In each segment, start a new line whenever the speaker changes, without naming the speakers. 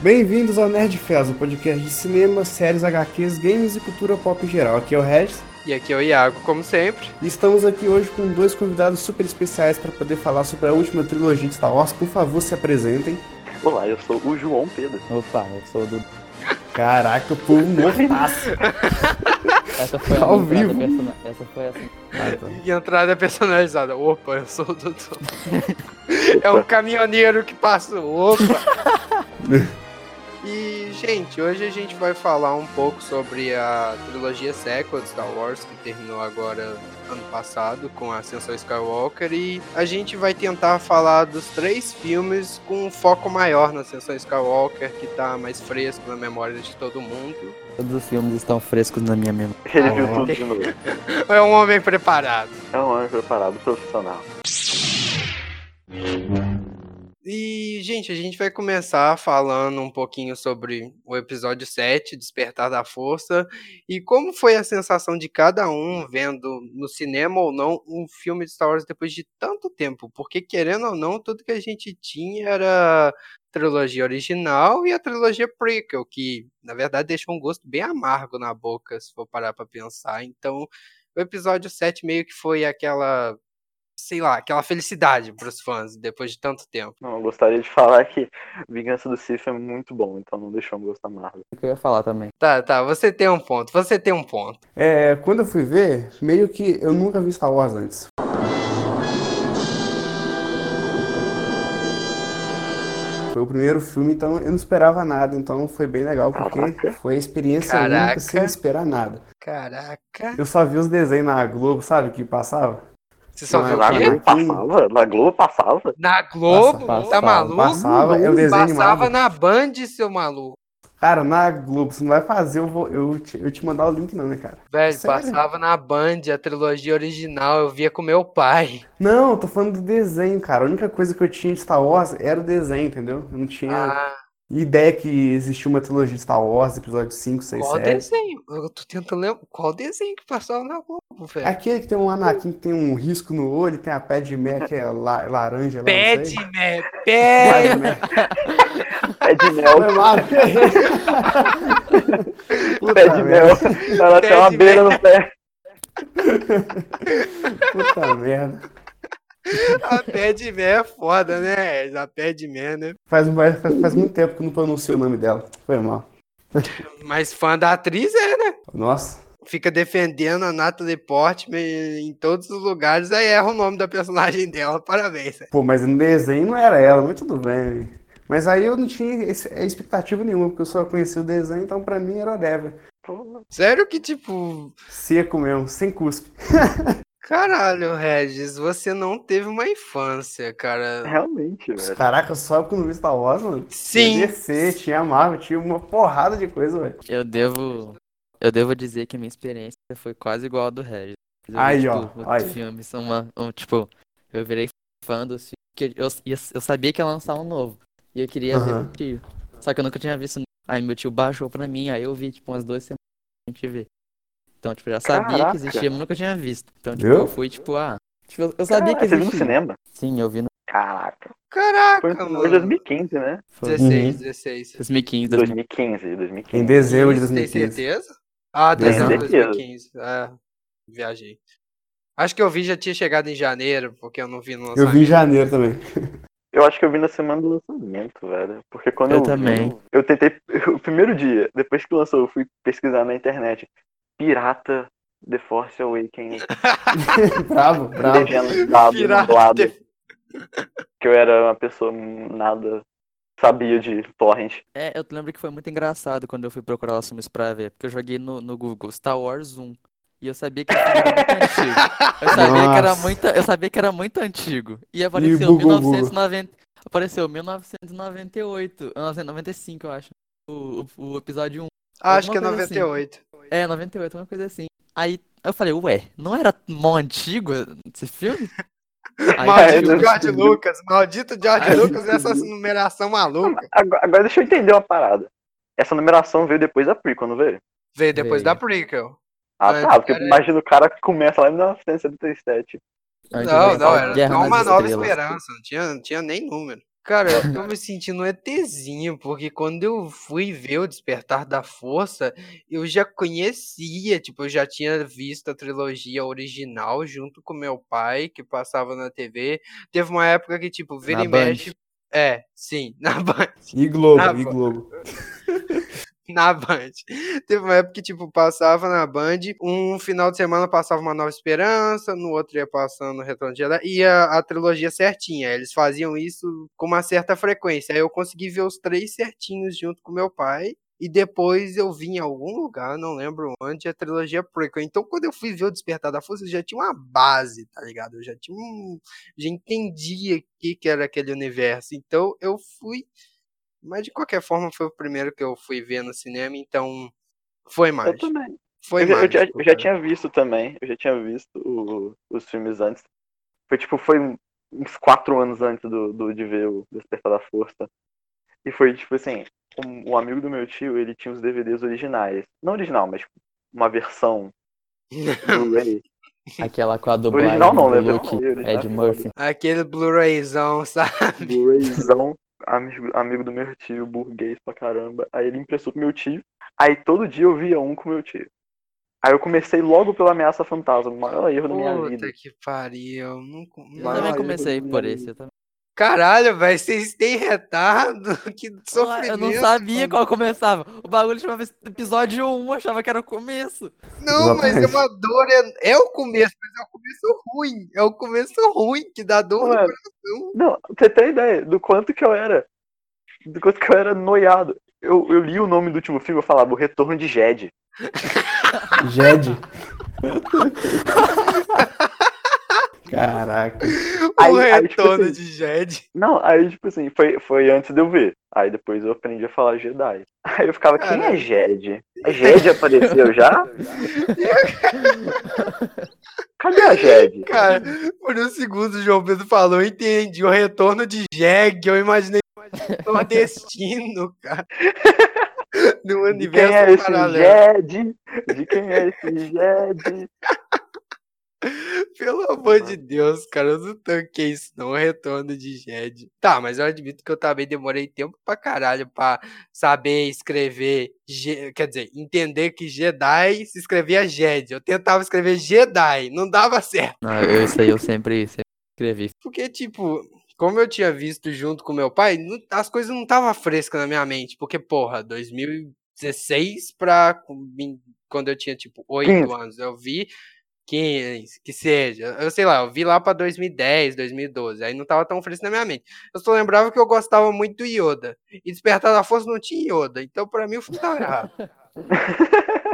Bem-vindos ao Nerd Fest, o podcast de cinema, séries, HQs, games e cultura pop em geral. Aqui é o Regis.
E aqui é o Iago, como sempre.
E estamos aqui hoje com dois convidados super especiais para poder falar sobre a última trilogia de Star Wars. Por favor, se apresentem.
Olá, eu sou o João Pedro.
Opa, eu sou o Dudu.
Caraca, o povo mortaço.
Essa foi a
Ao
minha entrada
vivo.
persona- Essa foi assim.
Ah, tá.
E entrada é personalizada. Opa, eu sou o Dudu. é um caminhoneiro que passa. Opa! e, gente, hoje a gente vai falar um pouco sobre a trilogia sequel de Star Wars, que terminou agora ano passado com a Ascensão Skywalker. E a gente vai tentar falar dos três filmes com um foco maior na Ascensão Skywalker, que tá mais fresco na memória de todo mundo.
Todos os filmes estão frescos na minha memória.
Ele viu
Ah,
tudo de novo.
É um homem preparado.
É um anjo preparado, profissional.
E, gente, a gente vai começar falando um pouquinho sobre o episódio 7, Despertar da Força, e como foi a sensação de cada um vendo no cinema ou não um filme de Star Wars depois de tanto tempo, porque querendo ou não, tudo que a gente tinha era a trilogia original e a trilogia prequel, que na verdade deixou um gosto bem amargo na boca, se for parar pra pensar. Então, o episódio 7 meio que foi aquela, sei lá, aquela felicidade pros fãs depois de tanto tempo.
Não, eu gostaria de falar que Vingança do Sith é muito bom, então não deixou um gosto amargo.
O que eu ia falar também.
Tá, tá, você tem um ponto, você tem um ponto.
É, quando eu fui ver, meio que eu nunca vi Star Wars antes. Foi o primeiro filme, então eu não esperava nada, então foi bem legal, porque
Caraca.
foi a experiência
Caraca.
única sem esperar nada.
Caraca.
Eu só vi os desenhos na Globo, sabe, que passava?
Você só
Não,
viu
eu
Na
Ah, o
quê?
Globo passava? Na Globo passava?
Na Globo?
Passa-
tá
passava,
maluco?
passava, é o desenho
Passava
animado.
na Band, seu maluco.
Cara, na Globo, você não vai fazer, eu, vou, eu, te, eu te mandar o link não, né, cara?
Velho,
Sério?
passava na Band, a trilogia original, eu via com meu pai.
Não, eu tô falando do desenho, cara. A única coisa que eu tinha de Star Wars era o desenho, entendeu? Eu não tinha
Ah,
ideia que existia uma trilogia de Star Wars, episódio 5, 6,
qual
7.
desenho? Eu tô tentando lembrar. Qual desenho que passava na Globo, velho?
Aquele que tem um Anakin que tem um risco no olho, tem a pé de Mac que é la- laranja lá, não sei.
Pede, né? Pede.
Pé de Mac.
É de mel,
Foi mal. Puta
pé de
merda,
mel. Ela tem uma
de
beira no pé.
puta merda.
A Pede Man é foda, né? A Pede Man, né?
Faz, faz- faz muito tempo que eu não pronuncio o nome dela. Foi mal.
Mas fã da atriz é, né?
Nossa.
fica defendendo a Natalie Portman em todos os lugares, aí erra o nome da personagem dela, parabéns. né?
Pô, mas no desenho não era ela, mas tudo bem. Mas aí eu não tinha esse- é, expectativa nenhuma, porque eu só conhecia o desenho, então pra mim era whatever.
Pô,
Sério que, tipo,
Seco mesmo, sem cuspe.
caralho, Regis, você não teve uma infância,
É,
cara.
Realmente, velho.
Caraca, só porque eu não vi Star Wars, mano. Tinha
Sim,
DC, tinha Marvel, tinha uma porrada de coisa, velho.
Eu devo. Eu devo dizer que minha experiência foi quase igual a do Regis. Eu vi,
Aí,
tipo,
ó,
outros
aí.
filmes são uma. um, tipo, eu virei fã dos filmes. que Eu, eu, eu sabia que ia lançar um novo. E eu queria ver
Aham.
com o tio. Só que eu nunca tinha visto. Aí meu tio baixou pra mim, aí eu vi, tipo, umas duas semanas pra gente ver. Então, tipo, eu já sabia
Caraca.
que existia, mas nunca tinha visto. Então, tipo,
Viu?
eu fui, tipo, ah. Tipo, eu- eu sabia
Caraca,
que
você viu no
existia.
cinema?
Sim, eu vi no
Caraca. Foi
caraca,
em
mano.
2015, né?
foi
16, 16.
2015, 2015.
2015,
Em
2015.
dezembro de
Tem
2015.
certeza? Ah,
Tenho
dezembro de
certeza.
2015. Ah, viajei. Acho que eu vi já tinha chegado em janeiro, porque eu não vi no
Eu
lançamento.
vi em janeiro também.
Eu acho que eu vi na semana do lançamento, velho. Porque quando
Eu
eu, vi,
também.
eu tentei. O primeiro dia, depois que lançou, eu fui pesquisar na internet. Pirata The Force Awakens.
bravo, bravo.
Legenda dado,
Pirata.
dublado. Que eu era uma pessoa nada sabia de torrent.
É, eu lembro que foi muito engraçado quando eu fui procurar os filmes pra ver, porque eu joguei no, no Google Star Wars 1 e eu sabia que esse filme era muito antigo. Eu sabia que era
Nossa.
muito, eu sabia que era muito antigo. E apareceu
bugou, bugou.
1990, apareceu 1998, 1995, eu acho. O, o, o episódio 1.
Acho que é
Alguma coisa assim.
98.
É, 98, uma coisa assim. Aí eu falei, ué, não era mó antigo esse filme? Aí,
Mas-
tipo,
Maldito George Lucas, maldito George
Ai,
Lucas
meu
nessa
Deus.
numeração maluca.
Agora, agora deixa eu entender uma parada. Essa numeração veio depois da prequel, não veio?
Veio depois
Veio.
da prequel.
Ah,
É,
tá. Porque
cara,
eu imagino o cara que começa lá em 1977.
antes
Não,
de
não,
lançar
era
Guerra
só
nas
uma nova
Estrelas.
esperança, não tinha, não tinha nem número. Cara, eu tô me sentindo um ETzinho, porque quando eu fui ver o Despertar da Força, eu já conhecia, tipo, eu já tinha visto a trilogia original junto com meu pai, que passava na TV. Teve uma época que, tipo, vira
Na
e
Band.
mexe. É, sim, na Band.
E Globo,
Ah,
e
pô.
Globo.
na Band. Teve uma época que, tipo, passava na Band, um final de semana passava uma Nova Esperança, no outro ia passando Retorno de Jedi, e a, a trilogia certinha. Eles faziam isso com uma certa frequência. Aí eu consegui ver os três certinhos junto com meu pai. E depois eu vim em algum lugar, não lembro onde, a trilogia prequel. Então, quando eu fui ver o Despertar da Força, eu já tinha uma base, tá ligado? Eu já tinha um... Já entendia o que, que era aquele universo. Então, eu fui mas de qualquer forma foi o primeiro que eu fui ver no cinema, então foi
Eu
mágico.
também.
Foi
eu, já, eu já-
mágico,
eu já
cara.
tinha visto também. Eu já tinha visto o- os filmes antes. Foi tipo, foi um- uns quatro anos antes do, do- de ver o Despertar da Força. E foi tipo assim, um, um amigo do meu tio, ele tinha os DVDs originais. Não original, mas tipo, uma versão Blu-ray.
Aquela com a dublagem
Original não, né?
do
Versão
Luke,
original.
Ed Murphy.
Aquele Blu-rayzão, sabe?
Blu-rayzão, amigo, amigo do meu tio, burguês pra caramba. Aí ele emprestou pro meu tio. Aí todo dia eu via um com meu tio. Aí eu comecei logo pela ameaça fantasma, o maior erro da minha vida.
Puta que pariu. não co-
Eu
Vai
também
lá,
comecei
eu tô
por
vendo.
esse. Eu, também.
Caralho, velho, vocês têm retardo? Que sofrimento.
eu não sabia
mano.
qual começava. O bagulho chamava episódio 1, achava que era o começo.
Não, mas é
Exatamente.
uma dor. É, é o começo, mas é o começo ruim. É o começo ruim que dá dor. no
Mano,
coração.
Não, você tem ideia do quanto que eu era. Do quanto que eu era noiado. Eu, eu li o nome do último filme e eu falava O Retorno de Jed.
Jed. Caraca.
Aí-
o
aí, tipo
retorno
assim-
de Jed.
Não, aí tipo assim, foi, foi antes de eu ver. Aí depois eu aprendi a falar Jedi. Aí eu ficava, quem é
Caralho.
Jed? A Jed apareceu já? Cadê a Jed?
Cara, por um segundo o João Pedro falou, eu entendi, o retorno de Jeg, eu imaginei o destino, cara. No
De quem é
universo
esse
paralelo.
Jed? De quem é esse Jed?
Pelo amor de Deus, cara, eu não tanquei isso não, o retorno de Jeg. Tá, mas eu admito que eu também demorei tempo pra caralho pra saber escrever, Je- quer dizer, entender que Jedi se escrevia Jed. Eu tentava escrever Jedi, não dava certo.
Não, eu, isso aí eu sempre, sempre escrevi.
Porque, tipo, como eu tinha visto junto com meu pai, não- as coisas não estavam frescas na minha mente. Porque, porra, 2016 pra com- vim- quando eu tinha, tipo, 8
15.
anos, eu vi 15, que seja. Eu sei lá, eu vi lá pra 2010, 2012. Aí não tava tão fresco na minha mente. Eu só lembrava que eu gostava muito do Yoda. E Despertar da Força não tinha Yoda. Então, pra mim, o filme tava errado.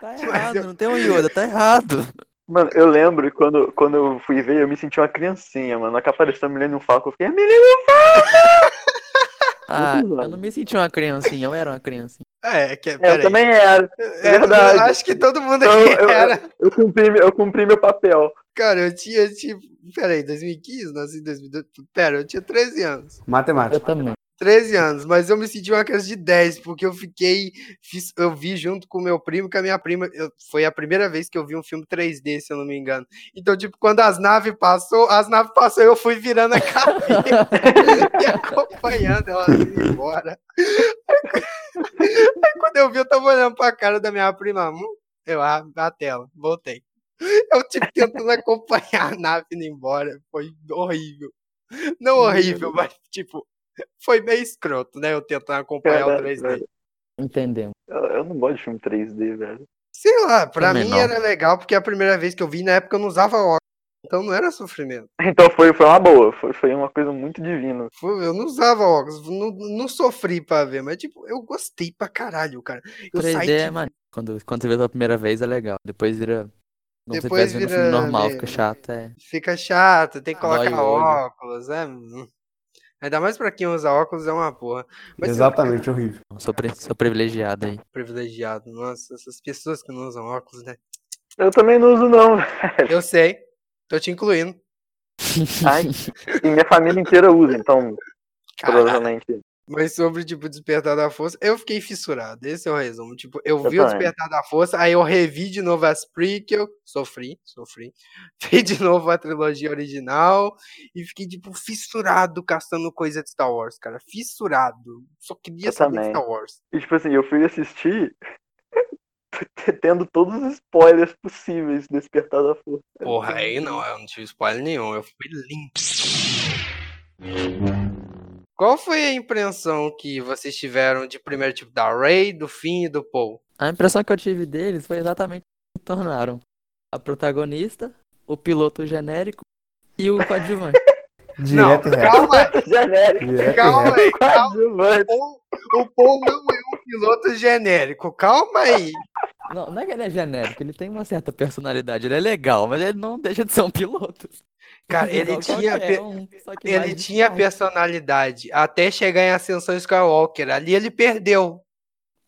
Tá
errado,
errado, não tem um Yoda, tá errado.
Mano, eu lembro quando, quando eu fui ver, eu me senti uma criancinha, mano. Na que apareceu a Millennium Falcon, eu fiquei, é Millennium!
Ah,
zoado.
eu não me senti uma criancinha, eu era uma criancinha.
É, que,
É, eu
peraí.
também era.
É,
verdade.
acho que todo mundo
Então,
aqui
eu-
era.
Eu cumpri, eu cumpri meu papel.
Cara, eu tinha, tipo. Peraí, 2015? Nasci em 2012. Pera, eu tinha 13 anos.
Eu
Matemática.
também.
13 anos, mas eu me senti uma criança de 10, porque eu fiquei. fiz- eu vi junto com meu primo, com a minha prima. eu- foi a primeira vez que eu vi um filme 3D, se eu não me engano. Então, tipo, quando as naves passou, as naves passou, eu fui virando a cabeça e acompanhando elas indo embora. Aí quando eu vi, eu tava olhando pra cara da minha prima. hum, Eu ah, a tela, voltei. Eu, tipo, tentando acompanhar a nave indo embora. Foi horrível. Não horrível, mas, tipo, foi meio escroto, né? Eu tentando acompanhar o
Cara,
3D.
velho,
Entendemos.
Eu, eu não gosto de filme 3D, velho.
Sei lá, pra
Também
mim
não.
era legal, porque a primeira vez que eu vi, na época eu não usava óculos. Então não era sofrimento.
Então foi, foi uma boa, foi, foi uma coisa muito divina.
Foi- Eu não usava óculos, não, não sofri pra ver, mas tipo, eu gostei pra caralho, cara. Eu
3D
saí de-
é maneiro. Quando, quando você vê pela primeira vez é legal. Depois vira. Como se
Depois
tivesse vendo um
vira
filme normal,
meio-
fica chato. É.
Fica chato, tem que
Dói
colocar
o olho.
óculos, é. hum. Ainda mais pra quem usa óculos é uma porra. Mas sei lá,
Exatamente, horrível.
Eu Sou, pri- sou privilegiado aí.
privilegiado. Nossa, essas pessoas que não usam óculos, né?
Eu também não uso, não.
Eu sei, tô te incluindo.
Ai, e minha família inteira usa, então
Caralho.
provavelmente.
Mas sobre, tipo, Despertar da Força, eu fiquei fissurado. Esse é o resumo. Tipo, eu
Eu
vi o
também.
Despertar da Força, aí eu revi de novo as prequel, sofri, sofri. Vi de novo a trilogia original e fiquei, tipo, fissurado caçando coisa de Star Wars, cara. Fissurado. Só queria
Eu
saber de
também.
Star Wars.
E tipo assim, eu fui assistir tendo todos os spoilers possíveis do Despertar da Força.
Porra, aí não, eu não tive spoiler nenhum, eu fui limpo. Qual foi a impressão que vocês tiveram de primeiro tipo da Ray, do Finn e do Paul?
A impressão que eu tive deles foi exatamente o que tornaram. A protagonista, o piloto genérico e o coadjuvante.
Direto e
não,
reto.
calma, aí,
Genérico,
Direto e
calma
reto.
aí, calma.
coadjuvante.
O, o Paul não é um piloto genérico, calma aí.
Não, não é que ele é genérico, ele tem uma certa personalidade, ele é legal, mas ele não deixa de ser um piloto.
Cara, ele
Igual
tinha,
qualquer
pe-
um, só que
ele
mais
tinha
destaque.
personalidade até chegar em Ascensão Skywalker, ali ele perdeu.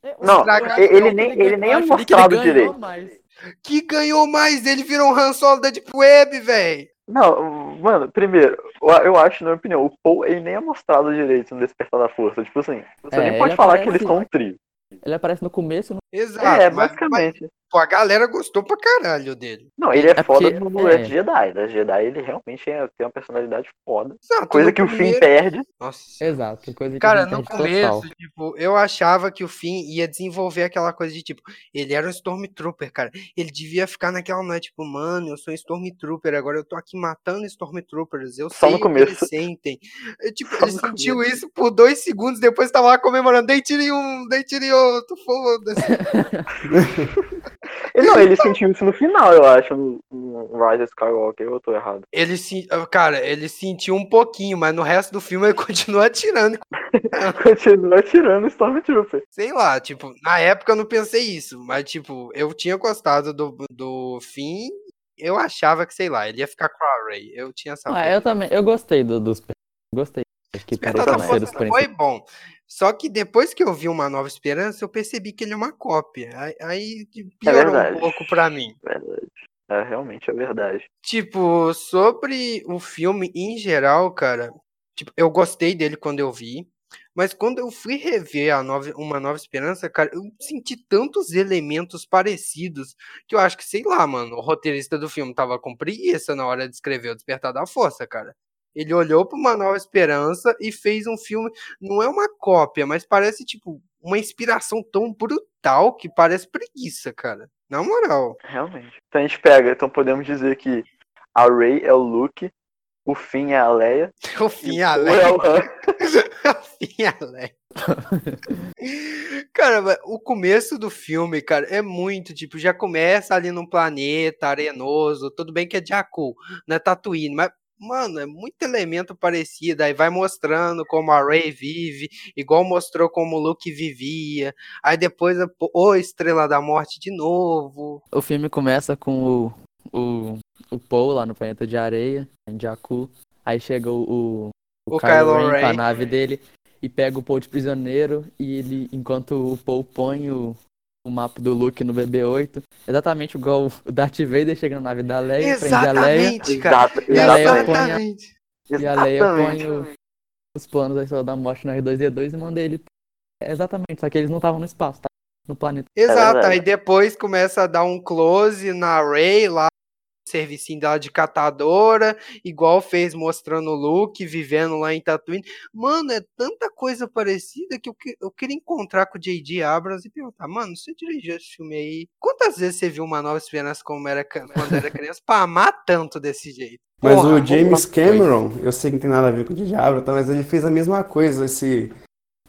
É, o
Não,
estragado
ele- ele
que
nem-
ganhou,
ele nem é
eu acho que ele
mostrado
ganhou
direito.
mais.
Que ganhou mais, ele virou um Han Solo da Deep Web, velho.
Não, mano, primeiro, eu- eu acho, na minha opinião, o Paul ele nem é mostrado direito no Despertar da Força. Tipo assim, você
É,
nem pode
ele
falar que eles
aparece-
são um trio.
Ele aparece no começo, no
Exato.
É,
mas-
basicamente.
mas, pô, a galera gostou pra caralho dele.
Não, ele é,
É
foda
porque-
no mulher
é.
de Jedi. Da Jedi ele realmente é- tem uma personalidade foda.
Exato,
Coisa
no
que o Finn
primeiro-
perde.
Nossa.
Exato, coisa que
Cara,
a gente
no
perde total.
começo, tipo, eu achava que o Finn ia desenvolver aquela coisa de tipo, ele era um Stormtrooper, cara. Ele devia ficar naquela noite, tipo, mano, eu sou um Stormtrooper, agora eu tô aqui matando Stormtroopers, eu
Só
sei
no
o que
começo.
eles sentem. Eu, tipo,
Só
ele
no
sentiu isso por dois segundos, depois tava lá comemorando, dei tiro em um, dei tiro em outro, foda-se.
Ele, não, ele sentiu isso no final, eu acho, no, no Rise of Skywalker. Eu tô errado.
Ele se, cara, ele sentiu um pouquinho, mas no resto do filme ele continua atirando
Continua tirando Stormtrooper.
Sei lá, tipo, na época eu não pensei isso, mas tipo, eu tinha gostado do, do fim, eu achava que, sei lá, ele ia ficar com a Ray. Eu tinha essa.
Ah, eu também. Eu gostei do, dos. Gostei. Acho que
Despertar da
pareciam ser
Força
os principais.
foi Então, tá bom. Só que depois que eu vi Uma Nova Esperança, eu percebi que ele é uma cópia. Aí, aí piorou um
verdade.
pouco pra mim.
Verdade. É, realmente é verdade.
Tipo, sobre o filme em geral, cara, tipo, eu gostei dele quando eu vi, mas quando eu fui rever a nova, Uma Nova Esperança, cara, eu senti tantos elementos parecidos que eu acho que, sei lá, mano, o roteirista do filme tava com preguiça na hora de escrever o Despertar da Força, cara. Ele olhou pra Uma Nova Esperança e fez um filme, não é uma cópia, mas parece, tipo, uma inspiração tão brutal que parece preguiça, cara. Na moral.
Realmente. Então a gente pega, então podemos dizer que a Rey é o Luke, o Finn é a Leia,
O fim
e o
é
Poe é o Han.
Fim alegre. cara, mas o começo do filme, cara, é muito tipo, já começa ali num planeta arenoso, tudo bem que é Jakku, não é Tatooine, mas mano, é muito elemento parecido, aí vai mostrando como a Rey vive, igual mostrou como o Luke vivia, aí depois a pô, ô, Estrela da Morte de novo.
O filme começa com o, o, o Paul lá no planeta de areia, em Jakku. Aí chega o, o,
O Kylo Ren.
com a nave dele e pega o Paul de prisioneiro. E ele, enquanto o Paul põe o, o mapa do Luke no BB-8, exatamente igual o Darth Vader chega na nave da Leia, prende a Leia.
Exatamente, cara.
Exato,
E a Leia põe a-
Exatamente.
E a Leia põe
exatamente.
o- os planos da Estrela da Morte no R2-D2 e manda ele. É, Exatamente, só que eles não estavam no espaço, tá? No planeta.
Exato, aí
verdade.
depois começa a dar um close na Ray lá, servicinho dela de catadora, igual fez mostrando o Luke vivendo lá em Tatooine. Mano, é tanta coisa parecida que eu, que- eu queria encontrar com o J.D. Abrams e perguntar, mano, você dirigiu esse filme aí? Quantas vezes você viu Uma Nova Esperança como era, ca- quando era criança pra amar tanto desse jeito?
Mas
Porra,
o James Cameron, eu sei que não tem nada a ver com o Diablo, tá? mas ele fez a mesma coisa. Esse,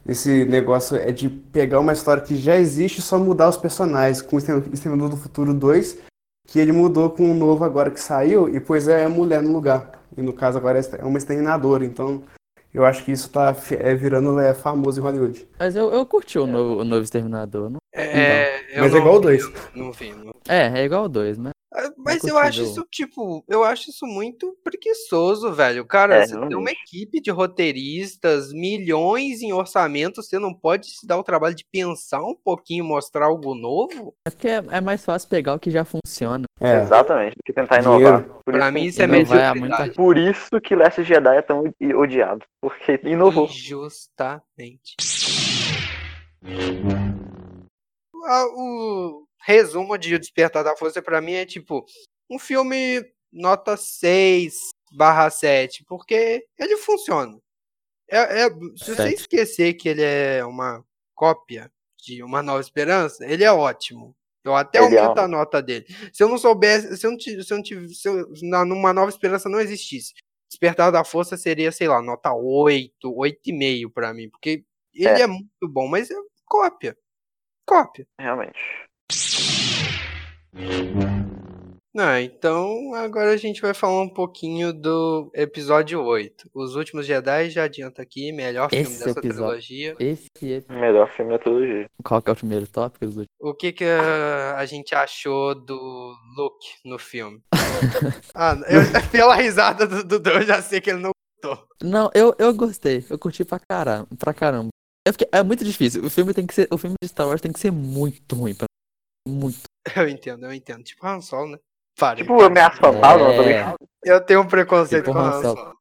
esse negócio é de pegar uma história que já existe e só mudar os personagens. Com o Extermin- Exterminador do Futuro 2, que ele mudou com um novo agora que saiu, e pois é a mulher no lugar. E no caso agora é uma exterminadora. Então eu acho que isso tá fi- é, virando é, famoso em Hollywood.
Mas eu, eu curti o novo, o novo Exterminador. Não...
É, eu
Mas
não
é igual o
vi,
2.
eu Não vi, não.
É, é igual o 2, né?
Ah, Mas eu acho
possível.
isso, tipo, eu acho isso muito preguiçoso, velho. Cara,
É,
você tem uma
realmente.
equipe de roteiristas, milhões em orçamento, você não pode se dar o trabalho de pensar um pouquinho, mostrar algo novo?
É porque é, é mais fácil pegar o que já funciona.
É.
Exatamente, do que tentar
Dinheiro.
inovar. Por
Pra
isso,
mim isso é
não vai a
mediocridade.
por isso que Last Jedi é tão i- odiado. Porque inovou.
Justamente. O resumo de O Despertar da Força pra mim é tipo um filme nota 6 barra 7, porque ele funciona. É- é- se você
Sete.
esquecer que ele é uma cópia de Uma Nova Esperança, ele é ótimo. Eu até
Ele é
aumento a nota dele. Se eu não soubesse, se eu não tive, se eu não tive, se eu, na, numa Nova Esperança não existisse, Despertar da Força seria, sei lá, nota 8, 8,5 pra mim, porque ele é.
É.
muito bom, mas é cópia. Cópia.
Realmente.
Ah, então agora a gente vai falar um pouquinho do episódio 8. Os Últimos Jedi já adianta aqui, melhor filme
Esse
dessa
episódio.
trilogia.
Esse é.
Melhor filme da trilogia.
Qual que é o primeiro tópico? Zuti?
O que, que ah, a gente achou do Luke no filme? ah, eu- pela risada do Dudu, eu já sei que ele não.
Não, eu, eu gostei. Eu curti pra caramba. Pra caramba. Eu fiquei- é muito difícil. O filme tem que ser. O filme de Star Wars tem que ser muito ruim. Pra... Muito.
Eu entendo, eu entendo. Tipo Han Solo, né? Para.
Tipo, ameaça fantasma, tá ligado?
Eu tenho um preconceito
Tipo
com
Han
Han
Solo.
Solo.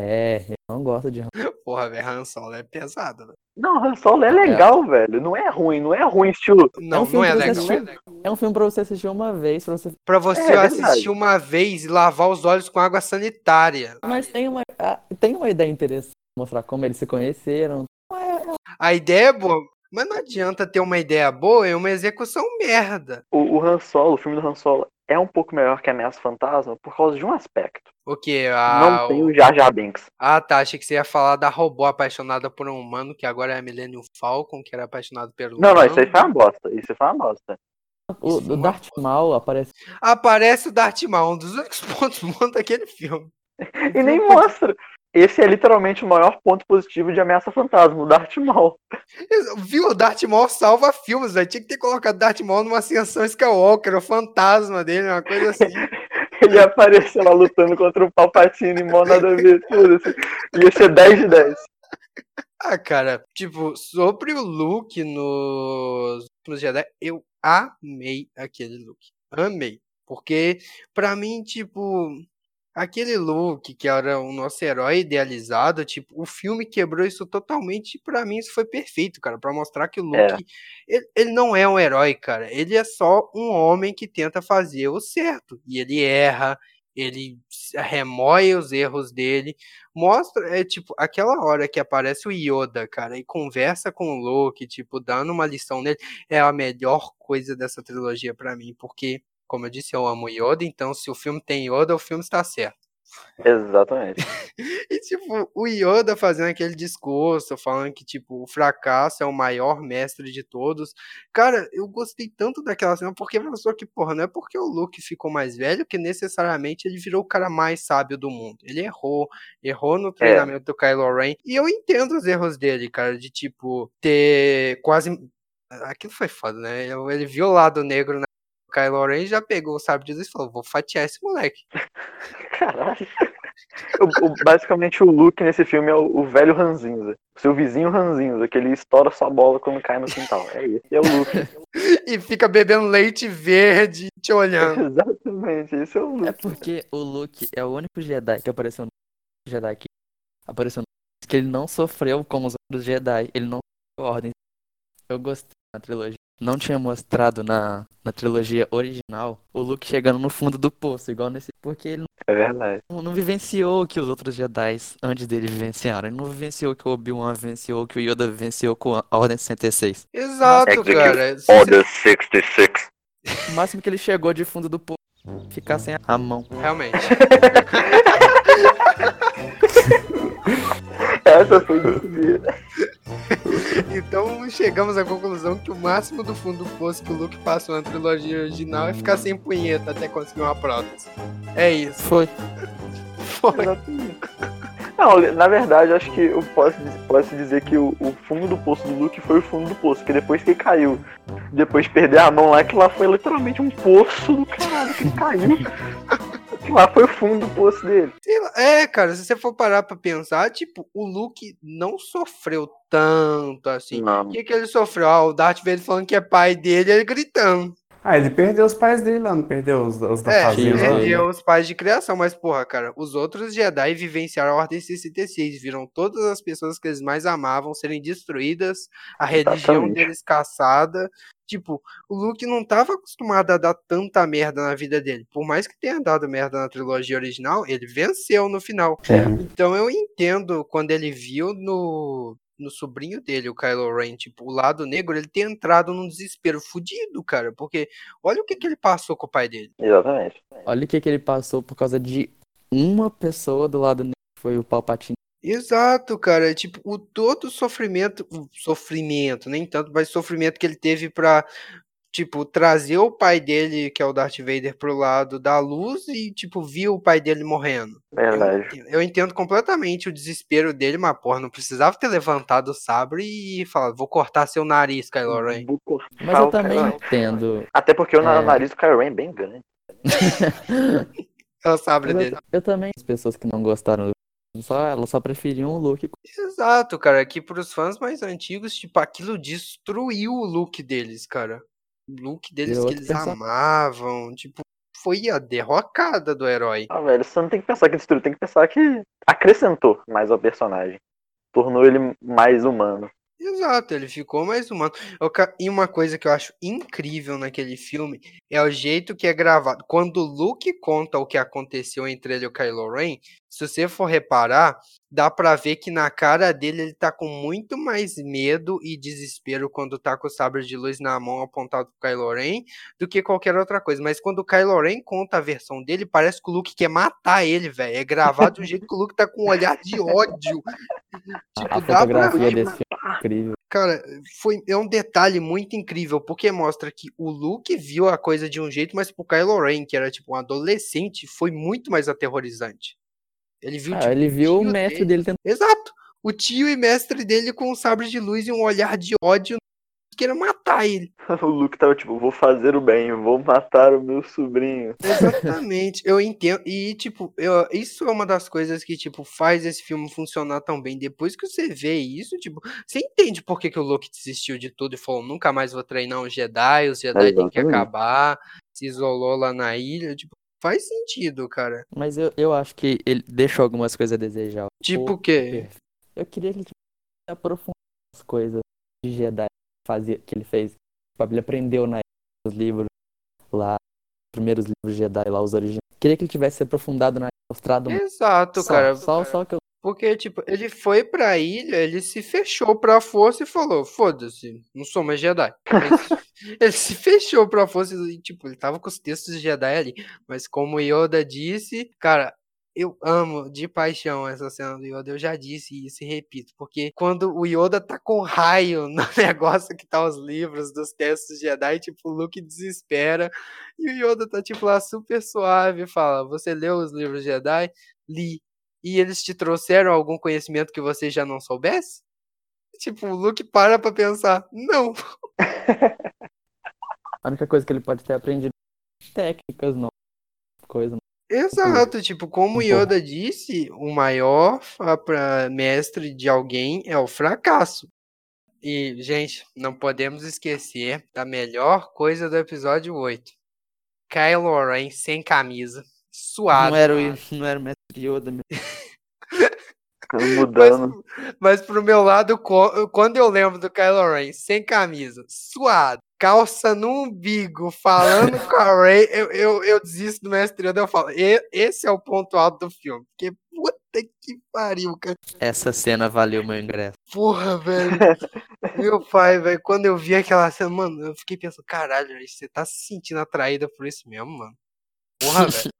É, eu não gosto de.
Porra, velho, Han Solo é pesado. velho.
Não, Han Solo é legal, velho. Não é ruim, não é ruim, estilo.
Não, não
filme
é
que você
legal.
assistiu? É um filme pra você assistir uma vez, pra você
Pra você
É, é
assistir
verdade.
uma vez e lavar os olhos com água sanitária.
Mas tem uma, ah, tem uma ideia interessante mostrar como eles se conheceram.
A ideia é boa, mas não adianta ter uma ideia boa e uma execução merda.
O, o Han Solo, o filme do Han Solo, é um pouco melhor que Ameaça Fantasma por causa de um aspecto.
O Ah, que?
não
A,
tem Ah, o Jar Jar Binks.
Ah, tá. Achei que você ia falar da robô apaixonada por um humano, que agora é a Millennium Falcon, que era apaixonado pelo
Não, não,
humano.
isso aí foi uma bosta. Isso aí foi uma bosta.
O,
Isso
o Darth Maul aparece.
Aparece o Darth Maul, um dos únicos pontos bons daquele filme.
E nem mostra. Esse é literalmente o maior ponto positivo de Ameaça Fantasma, o Darth Maul.
Viu? O Darth Maul salva filmes, velho. Tinha que ter colocado Darth Maul numa ascensão Skywalker, o fantasma dele, uma coisa assim.
Ele apareceu lá lutando contra o Palpatine, mó nada a ver, foda-se. Ia ser 10 de 10.
Ah, cara, tipo, sobre o look nos Últimos Jedi, eu amei aquele look. Amei. Porque, pra mim, tipo, aquele look que era o nosso herói idealizado, tipo, o filme quebrou isso totalmente. E pra mim, isso foi perfeito, cara. Pra mostrar que o Luke,
É.
ele, ele não é um herói, cara. Ele é só um homem que tenta fazer o certo. E ele erra, ele se- remoe os erros dele mostra, é tipo, aquela hora que aparece o Yoda, cara, e conversa com o Luke, tipo, dando uma lição nele, é a melhor coisa dessa trilogia pra mim, porque, como eu disse, eu amo Yoda, então se o filme tem Yoda, o filme está certo.
Exatamente.
E, tipo, o Yoda fazendo aquele discurso, falando que, tipo, o fracasso é o maior mestre de todos. Cara, eu gostei tanto daquela cena, porque mostrou que, porra, não é porque o Luke ficou mais velho que necessariamente ele virou o cara mais sábio do mundo. Ele errou, errou no treinamento do Kylo Ren. E eu entendo os erros dele, cara, de, tipo, ter quase. Aquilo foi foda, né? Ele viu o lado negro na. Kylo Ren e já pegou o sábio de luz e falou: Vou fatiar esse moleque.
Caralho. O- o- basicamente, o Luke nesse filme é o, o velho Ranzinza. O seu vizinho Ranzinza, que ele estoura sua bola quando cai no quintal. É esse, é o Luke.
E fica bebendo leite verde, te
É.
olhando.
Exatamente, esse é o
É
Luke.
porque o Luke é o único Jedi que apareceu no Jedi que apareceu no que ele não sofreu como os outros Jedi. Ele não sofreu ordem. Eu gostei na trilogia. Não tinha mostrado na, na trilogia original o Luke chegando no fundo do poço, igual nesse. Porque ele
É verdade.
não, não vivenciou o que os outros Jedi antes dele vivenciaram. Ele não vivenciou o que o Obi-Wan vivenciou, o que o Yoda vivenciou com a Ordem 66.
Exato,
Executive
cara. Se você-
Order 66.
O máximo que ele chegou de fundo do poço. Ficar sem a mão.
Realmente.
Essa foi desse dia.
Então chegamos à conclusão que o máximo do fundo do poço que o Luke passou na trilogia original é ficar sem punheta até conseguir uma prótese. É isso.
Foi.
Foi.
Exatamente. Não, na verdade, acho que eu posso, posso dizer que o, o fundo do poço do Luke foi o fundo do poço, que depois que ele caiu, depois de perder a mão lá, que lá foi literalmente um poço do caralho que ele caiu. Que lá foi o fundo do poço dele.
Sei lá, É, cara, se você for parar pra pensar, tipo, o Luke não sofreu tanto assim. O
Não.
que, que ele sofreu? Ah, o Darth Vader falando que é pai dele, ele gritando.
Ah, ele perdeu os pais dele lá, não perdeu os, os da
É,
fazenda.
sim,
lá?
sim.
perdeu os pais de criação, mas porra, cara, os outros Jedi vivenciaram a Ordem 66, viram todas as pessoas que eles mais amavam serem destruídas, a religião
Exatamente.
deles caçada. Tipo, o Luke não tava acostumado a dar tanta merda na vida dele. Por mais que tenha dado merda na trilogia original, ele venceu no final. Então eu entendo quando ele viu no, no sobrinho dele, o Kylo Ren, tipo, o lado negro, ele ter entrado num desespero fudido, cara. Porque olha o que, que ele passou com o pai dele.
Exatamente.
Olha o que, que ele passou por causa de uma pessoa do lado negro, que foi o Palpatine.
Exato, cara. é Tipo, o todo o sofrimento, o sofrimento, nem tanto, mas sofrimento que ele teve pra, tipo, trazer o pai dele, que é o Darth Vader, pro lado da luz e, tipo, viu o pai dele morrendo. Eu
É Verdade.
entendo- Eu entendo completamente o desespero dele, mas, porra, não precisava ter levantado o sabre e falado, vou cortar seu nariz, Kylo Ren.
Vou cortar
Mas eu
o
também
Kylo Ren.
entendo.
Até porque o na-
É.
nariz do Kylo Ren é bem grande.
É o sabre
Mas
dele.
eu, eu também. As pessoas que não gostaram do só, elas só preferiam o Luke.
Exato, cara. Aqui pros fãs mais antigos, tipo, aquilo destruiu o look deles, cara. O look deles que
outro
eles
perso-
amavam. Tipo, foi a derrocada do herói.
Ah, velho, você não tem que pensar que destruiu, tem que pensar que acrescentou mais ao personagem. Tornou ele mais humano.
Exato, ele ficou mais humano. Eu ca- E uma coisa que eu acho incrível naquele filme é o jeito que é gravado. Quando o Luke conta o que aconteceu entre ele e o Kylo Ren, se você for reparar, dá pra ver que na cara dele ele tá com muito mais medo e desespero quando tá com o sabre de luz na mão apontado pro Kylo Ren do que qualquer outra coisa. Mas quando o Kylo Ren conta a versão dele, parece que o Luke quer matar ele, velho. É gravado do jeito que o Luke tá com um olhar de ódio.
A, a
dá pra
fotografia
ver,
desse filme é incrível.
Cara, foi, é um detalhe muito incrível, porque mostra que o Luke viu a coisa de um jeito, mas pro Kylo Ren, que era tipo um adolescente, foi muito mais aterrorizante. Ele viu,
Ah,
é.
tipo,
ele viu o
tio
mestre dele
dele.
tentando.
Exato! O tio e mestre dele com um sabre de luz e um olhar de ódio queira matar ele.
O Luke tava tipo, vou fazer o bem, vou matar o meu sobrinho.
Exatamente. eu entendo. E, tipo, eu- isso é uma das coisas que, tipo, faz esse filme funcionar tão bem. Depois que você vê isso, tipo, você entende por que, que o Luke desistiu de tudo e falou: nunca mais vou treinar um Jedi, os Jedi têm que
Exatamente.
acabar, se isolou lá na ilha. Tipo, faz sentido, cara.
Mas eu, eu acho que ele deixou algumas coisas a desejar.
Tipo
Pô,
o quê?
Eu queria que ele tivesse aprofundado as coisas de Jedi que fazia, que ele fez. Tipo, Ele aprendeu na os livros lá, os primeiros livros Jedi lá, os originais. Queria que ele tivesse se aprofundado na mostrado mais.
Exato,
Só-
cara.
Só, só que eu.
Porque, tipo, ele foi pra ilha, ele se fechou pra força e falou: foda-se, não sou mais Jedi. Ele se- ele se fechou pra força e, tipo, ele tava com os textos de Jedi ali. Mas como o Yoda disse, cara. Eu amo de paixão essa cena do Yoda, eu já disse isso e repito, porque quando o Yoda tá com raio no negócio que tá os livros dos textos de Jedi, tipo, o Luke desespera, e o Yoda tá, tipo, lá super suave, e fala, você leu os livros Jedi? Li, e eles te trouxeram algum conhecimento que você já não soubesse? Tipo, o Luke para pra pensar, não.
A única coisa que ele pode ter aprendido é técnicas, não. Coisa. Hum.
Exato, tipo, como
Porra.
Yoda disse, o maior fa- pra mestre de alguém é o fracasso. E, gente, não podemos esquecer da melhor coisa do episódio 8. Kylo Ren sem camisa, suado.
não era o não era o mestre Yoda mesmo.
Mudando.
Mas pro meu lado, co- quando eu lembro do Kylo Ren sem camisa, suado, calça no umbigo, falando com a Ray, eu, eu, eu desisto do Mestre Yoda, eu falo, "E- esse é o ponto alto do filme. Porque puta que pariu, cara.
Essa cena valeu meu ingresso.
Porra, velho. Meu pai, velho, quando eu vi aquela cena, mano, eu fiquei pensando, caralho, Ray, você tá se sentindo atraída por isso mesmo, mano? Porra, velho.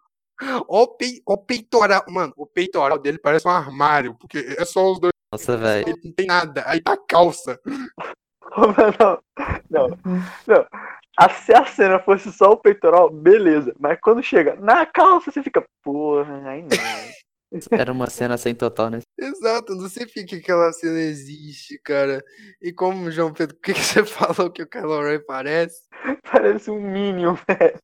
Ó o, pei- ó o peitoral, mano, o peitoral dele parece um armário, porque é só os dois,
Nossa, velho.
ele não tem nada, aí tá a calça.
não, não, não. Ah, Se a cena fosse só o peitoral, beleza. Mas quando chega na calça, você fica, porra, ai não.
Era uma cena sem total, né?
Exato, não sei por que aquela cena existe, cara. E como, João Pedro, por que, que você falou que o Kylo Ren parece?
Parece um Minion, velho.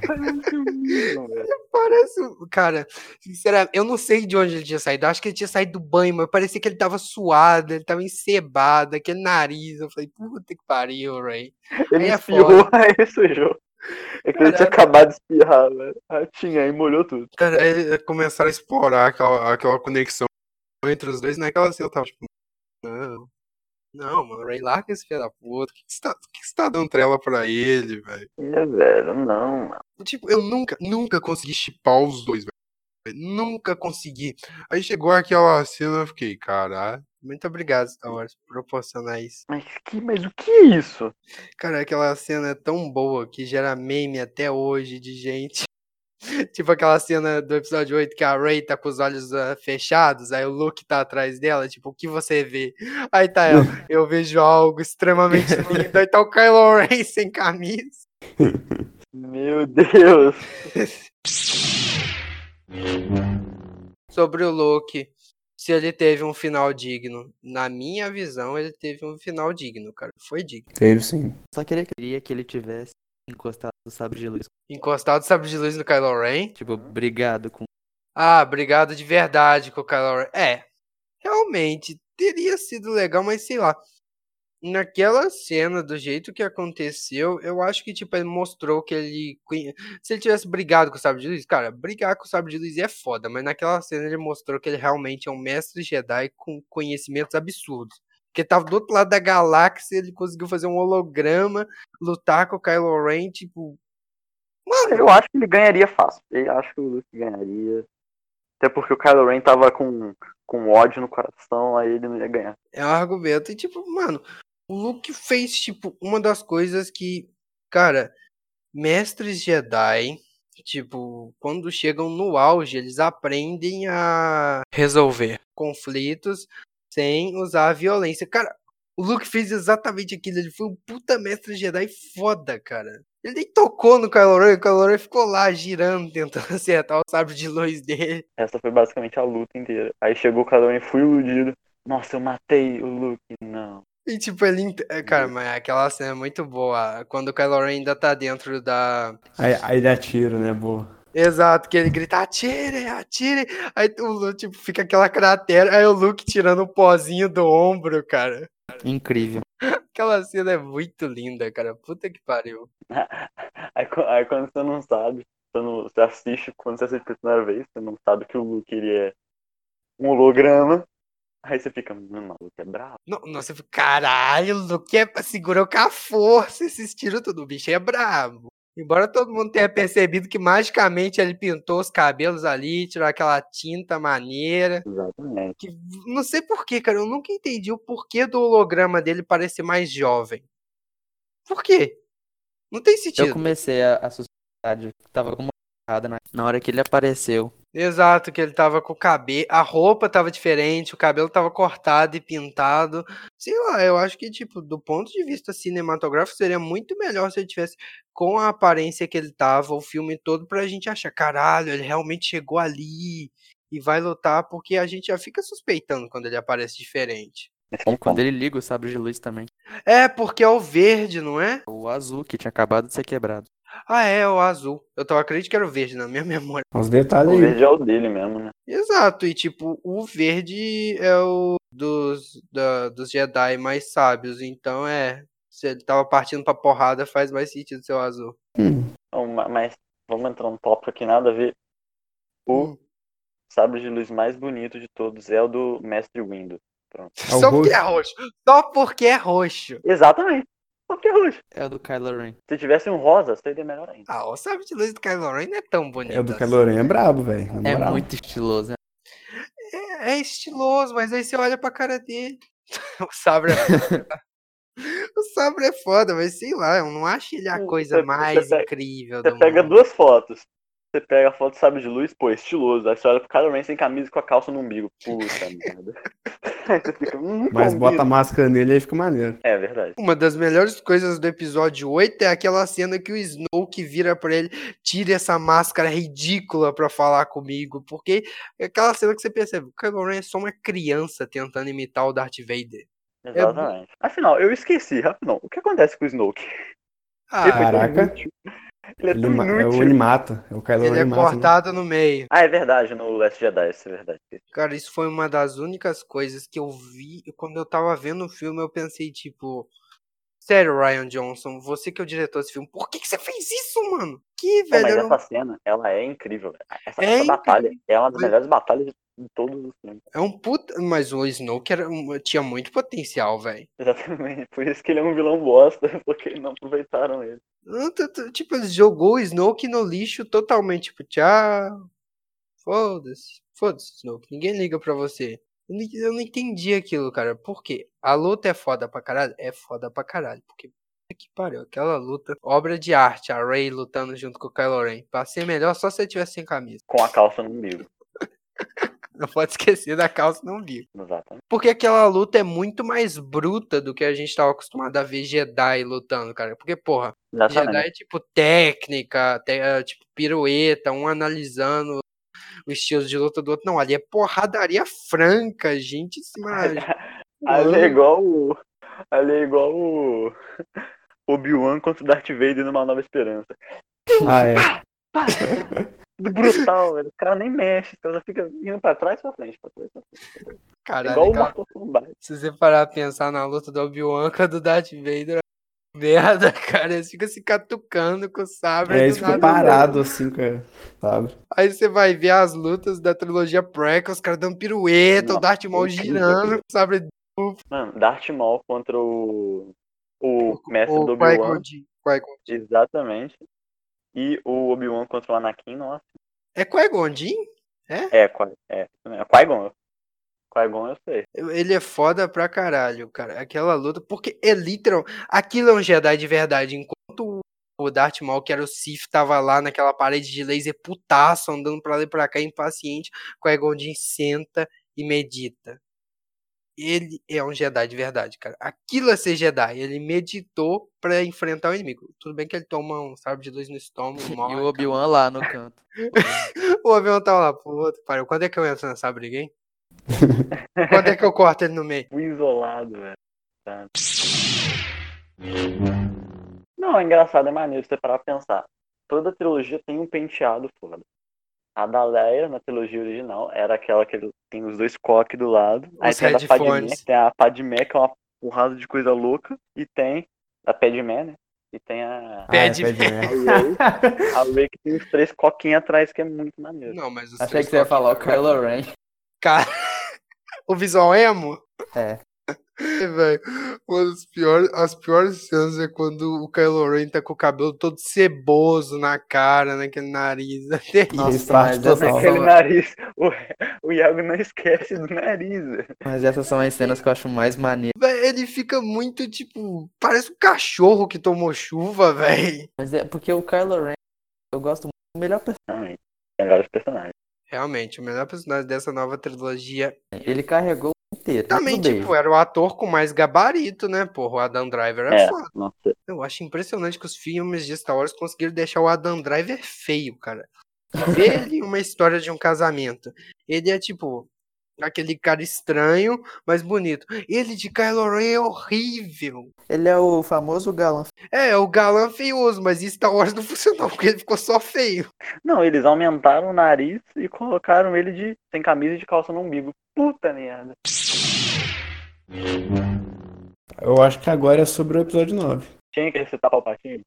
Parece um Minion, velho.
Parece. um- Cara, sinceramente, eu não sei de onde ele tinha saído. Eu acho que ele tinha saído do banho, mas parecia que ele tava suado, ele tava encebado, aquele nariz. Eu falei, puta que pariu, Ray.
Ele
Aí é
espirrou, aí sujou. É que ele tinha
Caraca.
acabado de espirrar, velho. Aí tinha, aí molhou tudo.
Cara, é, é, começaram a explorar aquela, aquela conexão entre os dois. Naquela cena eu tava tipo, não, não, mano, Ray, larga esse filho da puta. O que que você tá, por que que você tá dando trela pra ele, velho?
É, velho, não, mano.
Tipo, eu nunca, nunca consegui chipar os dois, velho. Nunca consegui. Aí chegou aquela cena, eu fiquei, caralho. Muito obrigado, Star Wars, por proporcionar isso.
Mas, que, mas o que é isso?
Cara, aquela cena é tão boa que gera meme até hoje de gente. tipo aquela cena do episódio 8 que a Ray tá com os olhos ah, fechados, aí o Luke tá atrás dela, tipo, o que você vê? Aí tá ela, eu vejo algo extremamente lindo, aí tá o Kylo Ren sem camisa.
Meu Deus.
sobre o Loki, se ele teve um final digno. Na minha visão, ele teve um final digno, cara. Foi digno.
Teve sim.
Só queria, queria que ele tivesse encostado o sabre de luz.
Encostado o sabre de luz no Kylo Ren.
Tipo, brigado com.
Ah, obrigado de verdade com o Kylo Ren. É, realmente, teria sido legal, mas sei lá. Naquela cena, do jeito que aconteceu, eu acho que, tipo, ele mostrou que ele... conhe- Se ele tivesse brigado com o Sabre de Luz, cara, brigar com o Sabre de Luz é foda, mas naquela cena ele mostrou que ele realmente é um mestre Jedi com conhecimentos absurdos. Porque tava do outro lado da galáxia, ele conseguiu fazer um holograma, lutar com o Kylo Ren, tipo... Mano,
Eu acho que ele ganharia fácil. Eu acho que o Luke ganharia. Até porque o Kylo Ren tava com, com ódio no coração, aí ele não ia ganhar.
É um argumento. E, tipo, mano, o Luke fez, tipo, uma das coisas que, cara, mestres Jedi, tipo, quando chegam no auge, eles aprendem a resolver conflitos sem usar a violência. Cara, o Luke fez exatamente aquilo. Ele foi um puta mestre Jedi foda, cara. Ele nem tocou no Kylo Ren, o Kylo Ren ficou lá girando, tentando acertar o sabre de luz dele.
Essa foi basicamente a luta inteira. Aí chegou o Kylo Ren, fui iludido. Nossa, eu matei o Luke. Não.
E tipo, ele. ent- é, Cara, mas aquela cena é muito boa. Quando o Kylo Ren ainda tá dentro da.
Aí, aí dá tiro, né, boa?
Exato, que ele grita, atire, atire. Aí o Luke, tipo, fica aquela cratera. Aí o Luke tirando o pozinho do ombro, cara.
Incrível.
Aquela cena é muito linda, cara. Puta que pariu.
Aí, qu- aí quando você não sabe, você, não, você assiste, quando você assiste pela primeira vez, você não sabe que o Luke ele é um holograma. Aí você fica, mano, o Luke é bravo.
No- Nossa, eu fico, caralho, o Luke é, segurou com a força esses tiros tudo. O bicho é brabo. Embora todo mundo tenha percebido que magicamente ele pintou os cabelos ali, tirou aquela tinta maneira.
Exatamente.
que v- não sei porquê, cara. Eu nunca entendi o porquê do holograma dele parecer mais jovem. Por quê? Não tem sentido.
Eu comecei a, a suspeitar de que tava alguma coisa errada na, na hora que ele apareceu.
Exato, que ele tava com o cabelo. A roupa tava diferente, o cabelo tava cortado e pintado. Sei lá, eu acho que, tipo, do ponto de vista cinematográfico, seria muito melhor se ele tivesse com a aparência que ele tava, o filme todo, pra gente achar, caralho, ele realmente chegou ali e vai lutar, porque a gente já fica suspeitando quando ele aparece diferente.
Esse é um
E quando
ponto.
ele liga o sabre de luz também.
É, porque é o verde, não é?
O azul que tinha acabado de ser quebrado.
Ah, é, o azul. Eu tava acreditando que era o verde na minha memória.
Os detalhes
O
aí.
verde é o dele mesmo, né?
Exato, e tipo, o verde é o dos, da- dos Jedi mais sábios, então é. Se ele tava partindo pra porrada, faz mais sentido ser o azul.
Hum,
Então, ma- mas vamos entrar num tópico aqui nada a ver. O sabre de luz mais bonito de todos é o do Mestre Windu.
é o
Só porque
roxo.
é roxo. Só porque é roxo.
Exatamente. Só que é roxo.
É o do Kylo Ren.
Se tivesse um rosa, seria melhor ainda.
Ah, o sabre de luz do Kylo Ren não é tão bonito.
É o do
assim.
Kylo Ren, é brabo, velho. na
É
moral.
muito estiloso. né?
É, é estiloso, mas aí você olha pra cara dele. o sabre é foda. o sabre é foda, mas sei lá, eu não acho ele a
Hum,
coisa
você- você
mais
pega-
incrível
Você
do
pega
mundo.
duas fotos. Você pega a foto do sabre de luz, pô, estiloso. Aí você olha pro Kylo Ren sem camisa e com a calça no umbigo. Puta merda. Aí você fica, hum,
Mas
combina.
bota a máscara nele e fica maneiro.
É verdade.
Uma das melhores coisas do episódio 8 é aquela cena que o Snoke vira pra ele, tira essa máscara ridícula pra falar comigo, porque é aquela cena que você percebe, o Kylo Ren é só uma criança tentando imitar o Darth Vader.
É Exatamente. Afinal, eu esqueci, rapidão. O que acontece com o Snoke?
Ah,
Ele foi tão
Caraca.
inútil. Ele é
Ele
tão
ma- é o
inútil.
Animata. É o Kylo
ele é
Animata, né?
cortado no meio.
Ah, é verdade, no Last Jedi, isso é verdade.
Cara, isso foi uma das únicas coisas que eu vi quando eu tava vendo o filme, eu pensei, tipo, sério, Ryan Johnson, você que é o diretor desse filme, por que, que você fez isso, mano? Que,
Pô,
velho,
É, mas
era um-
essa cena, ela é incrível. velho. Essa,
É
essa batalha é uma das
Mas-
melhores batalhas de todos os filmes.
é um puta... Mas o Snoke era um- tinha muito potencial, velho.
Exatamente. Por isso que ele é um vilão bosta, porque não aproveitaram ele.
Não, tu- tu- Tipo, ele jogou o Snoke no lixo totalmente. Tipo, tchau. Foda-se. Foda-se, Snoke. Ninguém liga pra você. Eu não- Eu não entendi aquilo, cara. Por quê? A luta é foda pra caralho? É foda pra caralho. Porque puta que pariu. Aquela luta. Obra de arte. A Rey lutando junto com o Kylo Ren. Pra ser melhor, só se ele tivesse sem camisa.
Com a calça no umbigo.
Não pode esquecer da calça no umbigo.
Exatamente.
Porque aquela luta é muito mais bruta do que a gente tava acostumado a ver Jedi lutando, cara. Porque, porra,
Exatamente.
Jedi é tipo técnica, te- eh, tipo pirueta, um analisando o estilo de luta do outro. Não, ali é porradaria franca, gente é se machucando.
Ali é igual o. Ali é igual o. Obi-Wan contra o Darth Vader numa nova esperança.
Ah, é.
Brutal, velho. O cara nem mexe, o cara só fica indo pra trás e pra frente. Pra trás, e pra frente.
Caralho,
é igual
aquela-
o Mortal Kombat.
se você parar pra pensar na luta do Obi-Wan com a do Darth Vader, é uma merda, cara. Eles ficam se catucando com o sabre.
É,
do
ele ficou
nada- né?
parado assim, cara. Sabe?
Aí você vai ver as lutas da trilogia Prequel, os caras dando pirueta, o
Nossa, é
Darth Maul
incrível.
girando, com o sabre
Mano, Darth Maul contra o. O mestre do
O
Obi-Wan.
Qui-Gon Jinn. Qui-Gon-
Exatamente. E o Obi-Wan contra o Anakin, nossa.
É Qui-Gon Jinn?
É, Qui- é, é Qui-Gon. Qui-Gon eu sei.
Ele é foda pra caralho, cara. Aquela luta, porque é literal. Aquilo é um Jedi de verdade. Enquanto o Darth Maul, que era o Sith, tava lá naquela parede de laser putaço, andando pra lá e pra cá, impaciente, Qui-Gon Jinn senta e medita. Ele é um Jedi de verdade, cara. Aquilo é ser Jedi. Ele meditou pra enfrentar o inimigo. Tudo bem que ele toma um sabre de luz no estômago,
E o
morre.
Obi-Wan lá no canto.
O avião tá lá, puta, pariu. Quando é que eu entro nessa briga, hein? Quando é que eu corto ele no meio?
Fui isolado, velho. Tá. Não, é engraçado, é maneiro você parar pra pensar. Toda trilogia tem um penteado foda. A da Leia, na trilogia original, era aquela que ele- tem os dois coques do lado. Aí
Os
tem a da Padmé,
headphones.
que tem a Padmé, que é uma porrada de coisa louca. E tem a Padmé, né? E tem a...
Pede-
Ah, é, pede merda.
A Rey, que tem os três coquinhos atrás, que é muito maneiro.
Não, mas os
Achei
três
que você ia
toques-
falar o Kylo Ren.
Cara, o visual emo?
É.
É, velho. Uma das piores, as piores cenas é quando o Kylo Ren tá com o cabelo todo ceboso na cara, naquele nariz. É terrível.
Nossa,
Nossa, mas
parte total.
essa, é
Aquele
são,
nariz, o, o Iago não esquece do nariz. velho.
mas essas são as cenas que eu acho mais maneiras.
Velho, Ele fica muito, tipo, parece um cachorro que tomou chuva, velho.
Mas é porque o Kylo Ren, eu gosto muito. O melhor personagem.
Realmente, melhores personagens.
Realmente, o melhor personagem dessa nova trilogia.
Ele carregou o inteiro.
Também,
É, tudo dele.
tipo, era o ator com mais gabarito, né, porra? O Adam Driver é,
É,
foda.
nossa.
Eu acho impressionante que os filmes de Star Wars conseguiram deixar o Adam Driver feio, cara. Vê ele em uma história de um casamento. Ele é tipo aquele cara estranho, mas bonito. Ele de Kylo Ren é horrível.
Ele é o famoso galã.
É, é o galã feioso, mas em Star Wars não funcionou, porque ele ficou só feio.
Não, eles aumentaram o nariz e colocaram ele de sem camisa e de calça no umbigo. Puta merda.
Eu acho que agora é sobre o episódio 9.
Tinha que recitar Palpatine?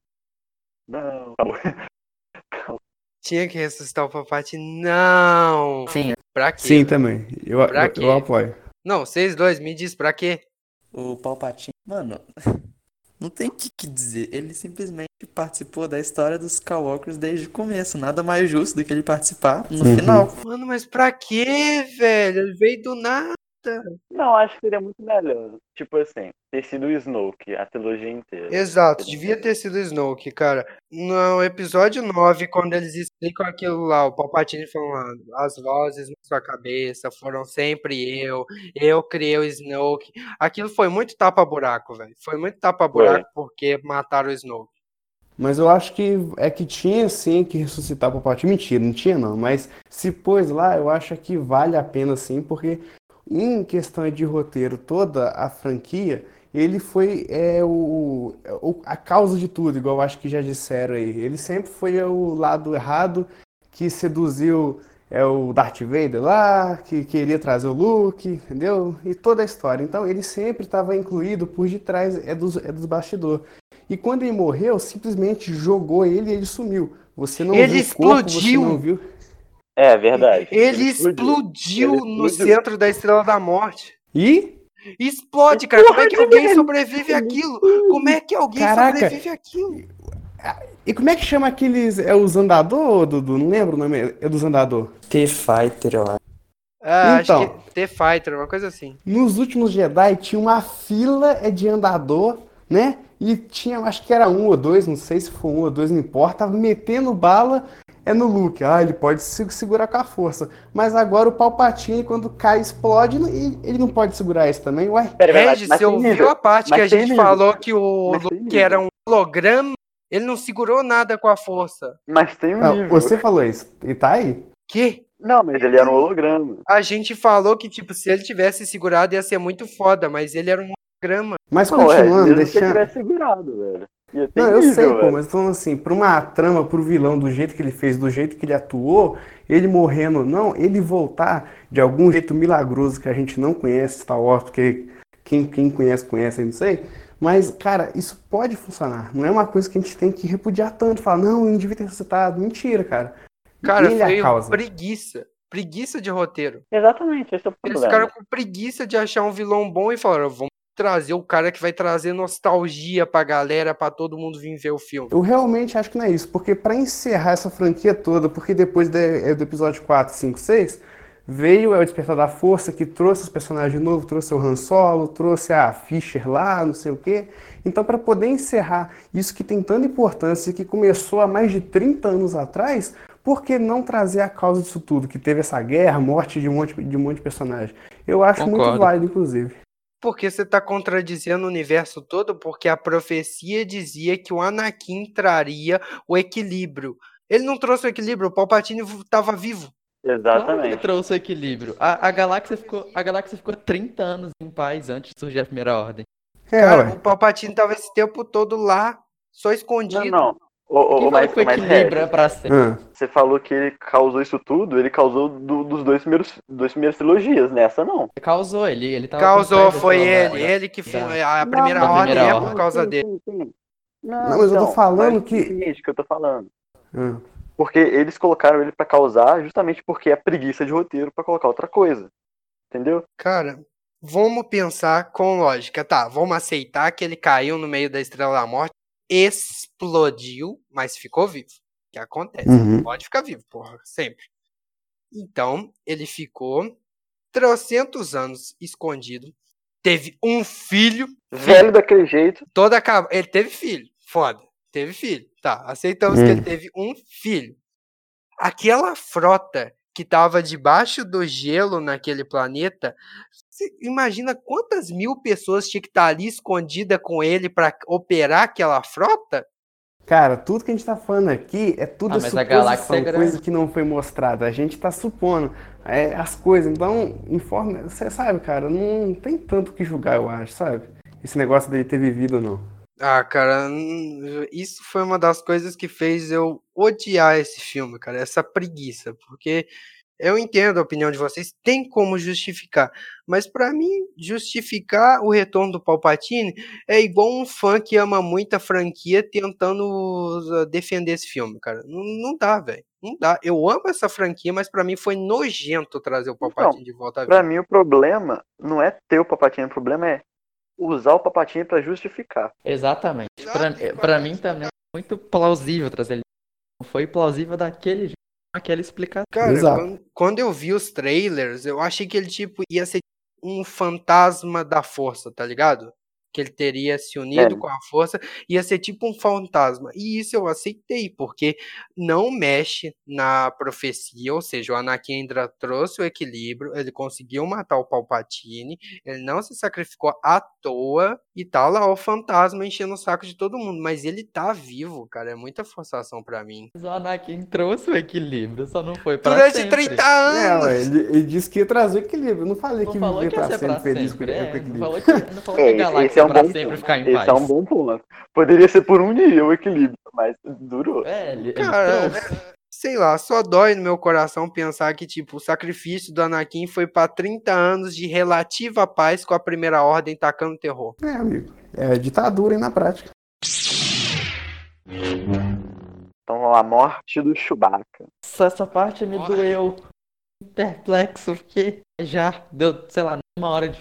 Não. acabou.
Tinha que ressuscitar o Palpatine? Não!
Sim,
Pra quê?
Sim, também. Eu,
Pra
eu,
quê?
eu apoio.
Não, vocês dois, me diz pra quê?
O Palpatine, mano, não tem o que, que dizer. Ele simplesmente participou da história dos Skywalkers desde o começo. Nada mais justo do que ele participar no
Uhum.
final.
Mano, mas pra quê, velho? Ele veio do nada.
Não, acho que seria muito melhor. Tipo assim, ter sido o Snoke, a trilogia inteira.
Exato, devia ter sido Snoke, cara. No episódio 9, quando eles explicam aquilo lá, o Palpatine falando, "Ah, as vozes na sua cabeça foram sempre eu, eu criei o Snoke. Aquilo foi muito tapa-buraco, velho. Foi muito tapa-buraco porque mataram o Snoke.
Mas eu acho que é que tinha sim que ressuscitar o Palpatine. Mentira, não tinha não. Mas se pôs lá, eu acho que vale a pena sim, porque em questão de roteiro, toda a franquia, ele foi é, o, o- a causa de tudo, igual eu acho que já disseram aí. Ele sempre foi o lado errado que seduziu é, o Darth Vader lá, que queria trazer o Luke, entendeu? E toda a história. Então ele sempre estava incluído por detrás, é dos, é dos bastidores. E quando ele morreu, simplesmente jogou ele e ele sumiu. Você não
Ele
viu o corpo, você
explodiu!
não viu.
É verdade.
Ele explodiu
Ele
no
explodiu.
centro da Estrela da Morte.
E
Explode, cara. Como é que alguém sobrevive àquilo? Como é que alguém
Caraca.
sobrevive àquilo?
E como é que chama aqueles. É os andador, Dudu? Não lembro o nome. É dos andador.
T-Fighter, eu acho.
Ah, acho
Então.
que T-Fighter, uma coisa assim.
Nos últimos Jedi tinha uma fila é, de andador, né? E tinha, acho que era um ou dois, não sei se foi um ou dois, não importa. Tava metendo bala é no Luke. Ah, ele pode se segurar com a força. Mas agora o Palpatine, quando cai, explode. não- e Ele não pode segurar isso também, ué?
Pera, pera,
Regis,
mas
você
tem
ouviu
nível.
a parte
mas
que a
tem
gente
nível.
falou que o
Mas tem
Luke
nível.
era um holograma? Ele não segurou nada com a força.
Mas tem um
Não,
nível.
você falou isso. E tá aí?
Que?
Não, mas ele era um holograma.
A gente falou que, tipo, se ele tivesse segurado ia ser muito foda, mas ele era um holograma.
Mas
Não, é,
continuando,
mesmo se ele
deixando.
tivesse segurado, velho. Ia ter
Não, eu
nível,
sei, pô,
velho.
mas falando assim, pra uma trama, pro vilão, do jeito que ele fez, do jeito que ele atuou, ele morrendo ou não, ele voltar de algum jeito milagroso que a gente não conhece, Star Wars, porque quem, quem conhece, conhece, eu não sei. Mas, cara, isso pode funcionar. Não é uma coisa que a gente tem que repudiar tanto, falar, não, eu não devia ter ressuscitado. Mentira, cara.
Cara,
Ele é a
foi
causa.
preguiça. Preguiça de roteiro.
Exatamente, esse é o ponto,
Eles
velho.
ficaram com preguiça de achar um vilão bom e falaram, vamos trazer o cara que vai trazer nostalgia pra galera, pra todo mundo vir ver o filme.
Eu realmente acho que não é isso, porque pra encerrar essa franquia toda, porque depois de- é, do episódio 4, 5, 6, veio é, o Despertar da Força, que trouxe os personagens novos, trouxe o Han Solo, trouxe a Fisher lá, não sei o quê. Então, pra poder encerrar isso que tem tanta importância, e que começou há mais de 30 anos atrás, por que não trazer a causa disso tudo, que teve essa guerra, morte de um monte de, um monte de personagem? Eu acho muito
Concordo.
válido, inclusive.
Porque você tá contradizendo o universo todo, porque a profecia dizia que o Anakin traria o equilíbrio. Ele não trouxe o equilíbrio, o Palpatine vo- tava vivo.
Claro que ele
Exatamente.
trouxe o equilíbrio. A, a galáxia ficou, a galáxia ficou 30 anos em paz antes de surgir a primeira ordem.
É,
Cara,
ué.
o Palpatine tava esse tempo todo lá, só escondido.
Não, não. Ô, ô,
Quem
ô,
falou
mas,
que foi
mas
equilíbrio é
Regis,
pra sempre?
Ah.
você falou que ele causou isso tudo, ele causou do- dos dois primeiros, dois primeiros trilogias, nessa não.
Causou ele, ele tava
Causou,
por trás da
foi
sua-
ele, ele que foi a
Não,
primeira
da
mas-
ordem
primeira
é por
ordem.
causa
Sim,
dele.
sim, sim.
Não, mas eu tô falando
mas
que-
é o seguinte que eu tô falando.
ah.
Porque eles colocaram ele pra causar justamente porque é preguiça de roteiro pra colocar outra coisa. Entendeu?
Cara, vamos pensar com lógica, tá? Vamos aceitar que ele caiu no meio da Estrela da Morte, explodiu, mas ficou vivo. O que acontece?
Uhum.
Pode ficar vivo, porra, sempre. Então, ele ficou trocentos anos escondido, teve um filho,
Velho daquele jeito,
toda acaba. Ele teve filho, foda. Teve filho, tá. Aceitamos que
Hum.
ele teve um filho. Aquela frota que tava debaixo do gelo naquele planeta, cê imagina quantas mil pessoas tinha que estar ali escondida com ele pra operar aquela frota?
Cara, tudo que a gente tá falando aqui é tudo
Ah, mas a
suposição,
galáxia é grande.
coisa que não foi mostrada. A gente tá supondo é, as coisas. Então, informa. Você sabe, cara, não tem tanto o que julgar, eu acho, sabe? Esse negócio dele ter vivido ou não.
Ah, cara, hum, isso foi uma das coisas que fez eu odiar esse filme, cara, essa preguiça, porque eu entendo a opinião de vocês, tem como justificar, mas pra mim justificar o retorno do Palpatine é igual um fã que ama muito a franquia tentando uh, defender esse filme, cara. Não, não dá, velho. Não dá. Eu amo essa franquia, mas pra mim foi nojento trazer o Palpatine de volta à vida.
pra mim o problema não é ter o papatinho, o problema é usar o papatinho pra justificar.
Exatamente. Pra, pra mim também é muito plausível trazer ele. Não foi plausível daquele jeito, com aquela explicação.
Cara,
Exato.
quando, quando eu vi os trailers, eu achei que ele tipo ia ser um fantasma da força, tá ligado? Que ele teria se unido
É.
com a força, ia ser tipo um fantasma. E isso eu aceitei, porque não mexe na profecia, ou seja, o Anakin ainda trouxe o equilíbrio, ele conseguiu matar o Palpatine, ele não se sacrificou à toa e tá lá o fantasma enchendo o saco de todo mundo, mas ele tá vivo, cara, é muita forçação pra mim.
Mas o Anakin trouxe o equilíbrio, só não foi pra
Durante
sempre.
30
É,
anos!
ué, ele, ele disse que ia trazer o equilíbrio. Eu não falei
Ah, Não
que
falou
ele ia
que ia
estar
ser
sendo
pra
feliz com
sempre, é,
com o
não
equilível.
falou que, não falou
É,
que a
esse- esse
galáxia
é um
pra
bom
sempre
ponto.
ficar em paz.
Esse é um bom ponto. Poderia ser por um dia o equilíbrio, mas durou.
É, ele, ele
Cara,
trouxe.
sei lá, só dói no meu coração pensar que, tipo, o sacrifício do Anakin foi pra 30 anos de relativa paz com a primeira ordem tacando terror.
É, amigo. É ditadura, hein, na prática.
Então, a morte do Chewbacca.
Nossa, essa parte me
Bora.
doeu. Perplexo, porque já deu, sei lá, uma hora de.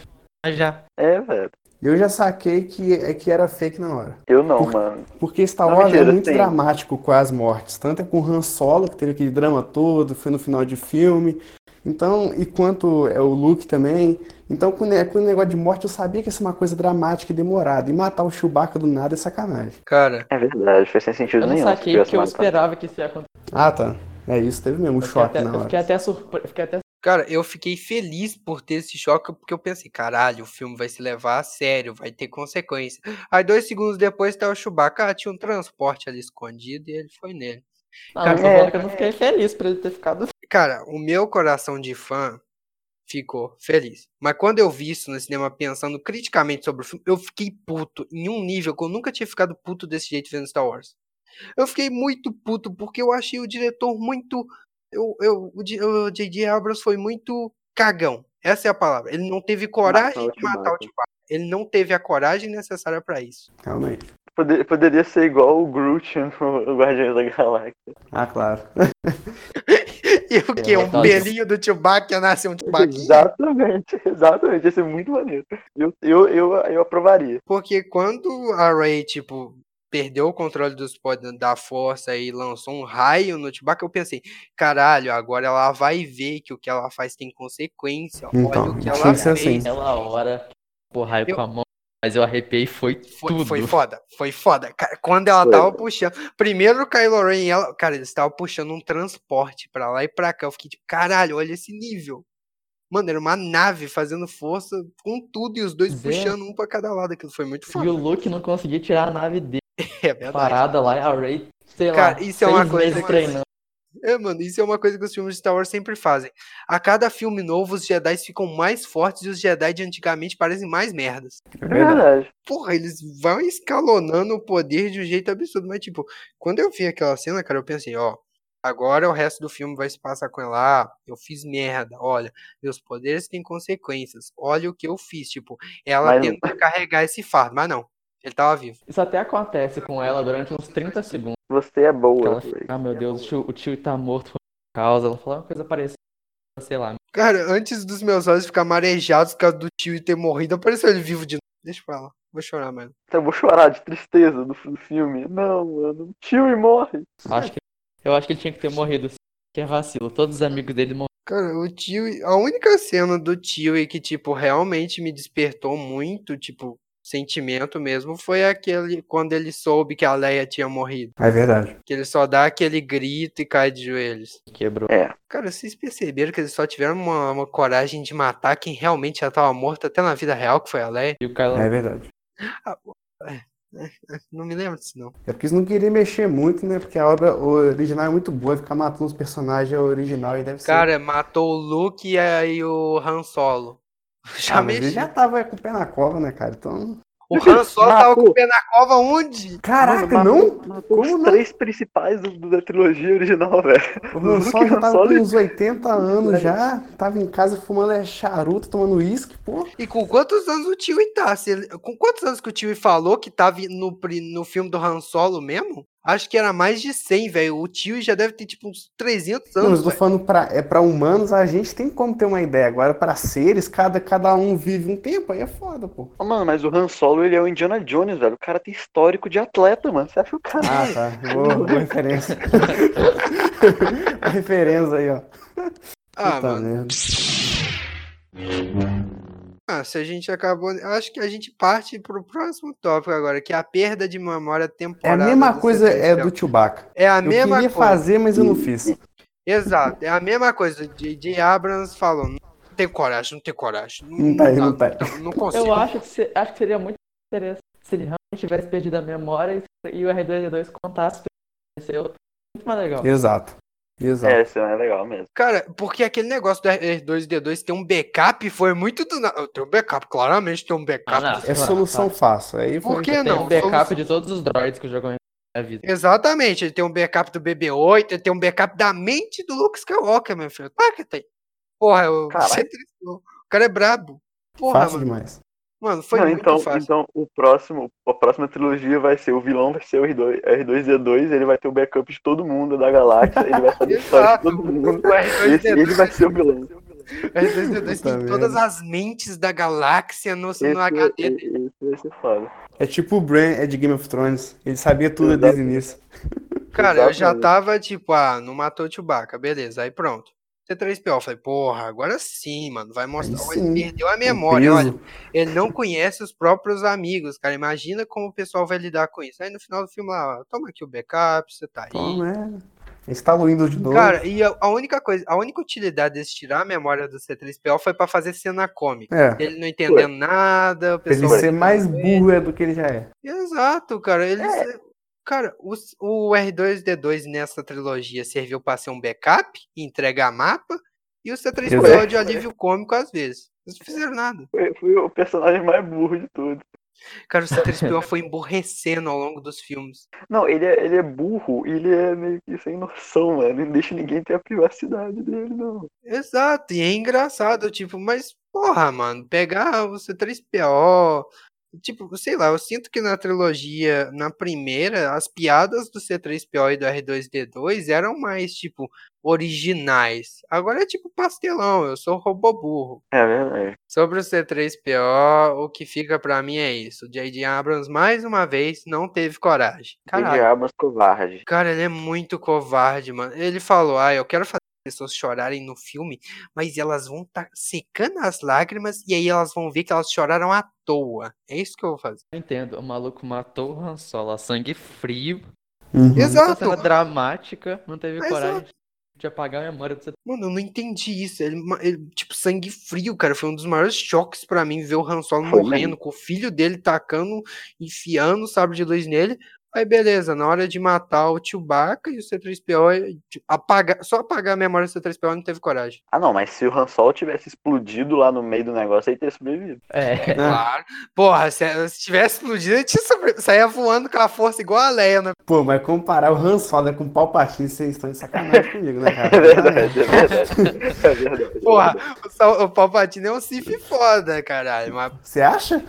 Já.
É, velho.
Eu já saquei que, é que era fake na hora.
Eu não,
Por-
mano.
Porque Star
Não,
Wars
mentira,
é muito
tem.
dramático com as mortes. Tanto é com Han Solo, que teve aquele drama todo, foi no final de filme. Então, e quanto é o Luke também. Então, com, ne- com o negócio de morte, eu sabia que ia ser uma coisa dramática e demorada. E matar o Chewbacca do nada é sacanagem.
Cara,
É verdade, foi sem sentido
Eu não
nenhum. se
saquei
tivesse
porque eu
matado.
esperava que isso ia acontecer.
Ah, tá. É isso, teve mesmo um
Eu fiquei
choque
até,
na
eu
hora.
fiquei até surpre- fiquei até
cara, eu fiquei feliz por ter esse choque, porque eu pensei, caralho, o filme vai se levar a sério, vai ter consequência. Aí, dois segundos depois, tá o Chewbacca, ah, tinha um transporte ali escondido e ele foi nele.
Não,
Cara,
eu tô
é.
falando que eu não fiquei feliz por ele ter ficado. assim.
Cara, o meu coração de fã ficou feliz. Mas quando eu vi isso no cinema pensando criticamente sobre o filme, eu fiquei puto em um nível que eu nunca tinha ficado puto desse jeito vendo Star Wars. Eu fiquei muito puto porque eu achei o diretor muito. Eu, eu, o Di- o J.J. Abrams foi muito cagão. Essa é a palavra. Ele não teve coragem
o
de matar o
Chewbacca.
Chewbacca. Ele não teve a coragem necessária pra isso.
Realmente.
Poder- Poderia ser igual o Groot no Guardiões da Galáxia.
Ah, claro.
E o que? Um
verdade.
pelinho do Chewbacca nasceu um Chewbacca.
Exatamente, exatamente. Ia ser muito maneiro. Eu, eu, eu, eu aprovaria.
Porque quando a Ray, tipo, perdeu o controle dos poderes da força e lançou um raio no Chewbacca, eu pensei, caralho, agora ela vai ver que o que ela faz tem consequência. Olha
Então,
o que
tinha
ela
que ser
fez.
assim.
Aquela hora. Porra, eu
Eu-
com a mão. Mas eu arrepiei foi
Foi,
tudo.
foi foda, foi foda. Cara, quando ela
Foi.
tava puxando. Primeiro o Kylo Ren, e ela, cara, eles estavam puxando um transporte pra lá e pra cá. Eu fiquei tipo, caralho, olha esse nível. Mano, era uma nave fazendo força com tudo e os dois
Zé.
puxando um pra cada lado. Aquilo foi muito
E
foda.
o Luke não conseguia tirar a nave dele
É verdade.
parada lá e a Ray, sei
Cara,
lá,
isso é uma
seis
coisa
meses
que-
treinando.
É, mano, isso é uma coisa que os filmes de Star Wars sempre fazem. A cada filme novo, os Jedi ficam mais fortes e os Jedi de antigamente parecem mais merdas.
É
É
verdade.
verdade.
Porra, eles vão escalonando o poder de um jeito absurdo. Mas, tipo, quando eu vi aquela cena, cara, eu pensei, ó, agora o resto do filme vai se passar com ela. Ah, eu fiz merda, olha, meus poderes têm consequências. Olha o que eu fiz. Tipo, ela
Mas-
tentou carregar esse fardo, mas não. Ele tava vivo.
Isso até acontece com ela durante uns 30 segundos.
Você é
que
boa.
ela fica, ah, meu Deus, o tio, o tio tá morto por causa. Ela falou uma coisa parecida, sei lá.
Cara, antes dos meus olhos ficar marejados por causa do tio e ter morrido, apareceu ele vivo de novo. Deixa pra lá. Vou chorar, mano.
Eu vou chorar de tristeza do, do filme. Não, mano. Tio e morre.
Acho que, eu acho que ele tinha que ter morrido. Que é vacilo. Todos os amigos dele morreram.
Cara, o tio, a única cena do tio e que tipo realmente me despertou muito, tipo, sentimento mesmo, foi aquele quando ele soube que a Leia tinha morrido,
É verdade.
que ele só dá aquele grito e cai de joelhos.
Quebrou.
Cara, vocês perceberam que eles só tiveram uma, uma coragem de matar quem realmente já tava morto até na vida real, que foi a Leia?
E o Kylo
É verdade.
Não me lembro disso não.
É porque eles não queriam mexer muito, né? Porque a obra original é muito boa. Ficar matando os personagens é original e deve ser.
Cara, matou o Luke e aí o Han Solo. Já
Ah, mas ele
mexi.
já tava com o pé na cova, né, cara? Então.
O Han Solo tava com
Matou.
o pé na cova onde?
Caraca,
Mano,
não!
Matou
Como
os
não?
três principais do- do- da trilogia original, velho.
O Han Solo já tava
Solo
com
e-
uns 80 anos já, tava em casa fumando é, charuto, tomando uísque, pô.
E com quantos anos o tio tá? Se ele- com quantos anos que o tio falou que tava no, pri- no filme do Han Solo mesmo? Acho que era mais de 100, velho. O tio já deve ter tipo uns 300
Não, mas
anos.
eu tô
velho.
falando pra, é pra humanos, a gente tem como ter uma ideia. Agora, pra seres, cada, cada um vive um tempo, aí é foda, pô.
Ô, Ah, Mano, mas o Han Solo, ele é o Indiana Jones, velho. O cara tem histórico de atleta, mano. Você acha o cara...
Ah, tá. Boa, boa referência. Boa referência aí, ó.
Ah,
Puta
mano.
merda.
Ah, se a gente acabou. Acho que a gente parte pro próximo tópico agora, que é a perda de memória
É a
temporária.
mesma
do
coisa
serviço.
é do Chewbacca.
É a
Eu
mesma
queria
coisa.
fazer, mas eu não fiz.
Exato, é a mesma coisa. J.J. Abrams falou: não tem coragem, não tem coragem.
Não tá,
dá,
não tá.
dá, não consigo.
Eu acho que, se- acho que seria muito interessante se ele realmente tivesse perdido a memória e, e o R2D2 contasse pra ele. Seria muito mais legal.
Exato. Exato.
É, isso é legal mesmo.
Cara, porque aquele negócio do R2D2 ter um backup foi muito do nada. Tem um backup, claramente tem um backup.
Ah, não.
É solução fácil. Aí
Por
foi-
que
Tem
não?
um backup
Somos-
de todos os droids que o jogo na vida.
Exatamente, ele tem um backup do BB-8, ele tem um backup da mente do Luke Skywalker, meu filho. Claro que tem. Porra, eu...
Caralho.
você tristou. o cara é brabo. Porra,
Fácil
mano.
demais.
Mano, foi
Não,
muito
então,
fácil.
então o próximo, a próxima trilogia vai ser o vilão vai ser o R2, R2D2, ele vai ter o backup de todo mundo da galáxia, ele vai saber a história de
Exato.
todo mundo.
O R2D2
Esse, ele vai ser o vilão.
R2D2 tem
Puta
todas as mentes da galáxia no,
Esse,
no HD dele.
e- esse vai ser foda.
É tipo o Bran é de Game of Thrones. Ele sabia tudo
Exato.
desde o início.
Cara, eu já
Exatamente.
tava tipo, ah, não matou o Chewbacca, beleza, aí pronto. C3PO, eu falei, porra, agora sim, mano, vai mostrar. Ó,
sim.
Ele perdeu a memória,
O
olha,
peso.
ele não conhece os próprios amigos, cara, imagina como o pessoal vai lidar com isso. Aí no final do filme lá, ó, toma aqui o backup, você tá aí.
Então, né? Eles estavam indo de novo.
Cara, e a, a única coisa, a única utilidade desse tirar a memória do C3PO foi pra fazer cena cômica.
é.
Ele não entendendo nada, o
Pra ele
pessoal.
ser mais burro é do que ele já é.
Exato, cara. Ele se- Cara, o, s- o R2D2 nessa trilogia serviu pra ser um backup, entregar mapa, e o C3PO
Exato.
de alívio cômico às vezes. Eles não fizeram nada.
Foi, foi o personagem mais burro de tudo.
Cara, o C3PO foi emburrecendo ao longo dos filmes.
Não, ele é, ele é burro e ele é meio que sem noção, mano. Não deixa ninguém ter a privacidade dele, não.
Exato, e é engraçado, tipo, mas porra, mano, pegar o C3PO. Tipo, sei lá, eu sinto que na trilogia, na primeira, as piadas do C3PO e do R2D2 eram mais, tipo, originais. Agora é tipo pastelão, eu sou robô burro.
É verdade.
Sobre o C3PO, o que fica pra mim é isso. O J.D. Abrams, mais uma vez, não teve coragem.
Ele
Caralho.
é mas covarde.
Cara, ele é muito covarde, mano. Ele falou: ah, eu quero fazer as pessoas chorarem no filme, mas elas vão estar secando as lágrimas e aí elas vão ver que elas choraram à toa. É isso que eu vou fazer.
Eu entendo, o maluco matou o Han Solo a sangue frio.
Uhum.
Uma
Exato.
cena dramática, não teve
Exato.
coragem de apagar a memória do seu
Mano, eu não entendi isso. Ele, ma- ele, tipo, sangue frio, cara. Foi um dos maiores choques pra mim ver o Han Solo
Foi
morrendo,
mesmo.
com o filho dele tacando, enfiando o sabre de luz nele. Aí, beleza, na hora de matar o Chewbacca e o C3PO, eh, tipo, apagar, só apagar a memória do C3PO não teve coragem.
Ah, não, mas se o Han Solo tivesse explodido lá no meio do negócio, aí teria sobrevivido.
É,
Claro. Porra, se, se tivesse explodido, eu tinha sobre... saía voando com a força igual a Leia, né?
Pô, mas comparar o Han Solo com o Palpatine, vocês estão de sacanagem comigo, né, cara?
É verdade, é verdade. É verdade.
Porra, o, Sal- o Palpatine é um Sif foda, caralho. Mas,
Você acha?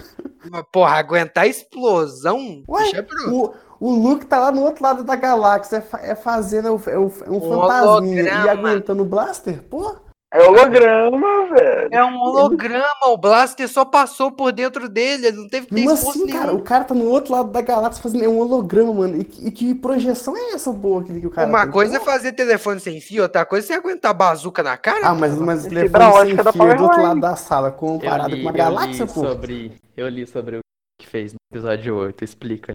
mas, porra, aguentar explosão,
Ué,
bicho é bruto.
O, o Luke tá lá no outro lado da galáxia, é, fa- é fazendo é um, é um- é um fantasminha e
holograma.
aguentando o blaster? Pô,
É holograma, velho.
É um holograma, o Blaster só passou por dentro dele, ele não teve que ter
como
esforço
assim,
nenhum.
cara? O cara tá no outro lado da galáxia fazendo é um holograma, mano. E, que- e que projeção é essa boa que, que o cara
Uma
tem?
coisa é fazer telefone sem fio, outra coisa é você aguentar bazuca na cara.
Ah, mas, mas
Esse
telefone
braço
sem
fica da
fio do outro
Powerline.
lado da sala
eu
comparado
li,
com uma
eu
galáxia,
li
pô.
sobre. Eu li sobre o que fez no episódio 8, explica.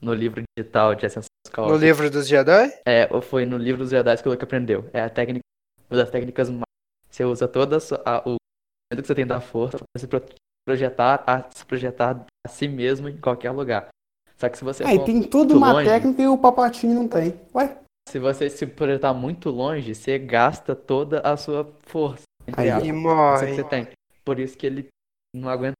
No livro digital de Ascensão
No
Skywalker.
livro dos Jedi?
É, ou foi no livro dos Jedi que o Luke aprendeu. É a técnica, uma das técnicas mais. Você usa toda a sua- a- o conhecimento que você tem da força pra se pro- projetar a, se projetar a si mesmo em qualquer lugar. Só que se você
Ah,
Aí
é
for-
tem toda
muito
uma
longe.
técnica e o Palpatine não tem. Ué,
se você se projetar muito longe, você gasta toda a sua força. entre
Aí, ó.
aspas, força
E
que
morre.
você tem. Por isso que ele não aguenta.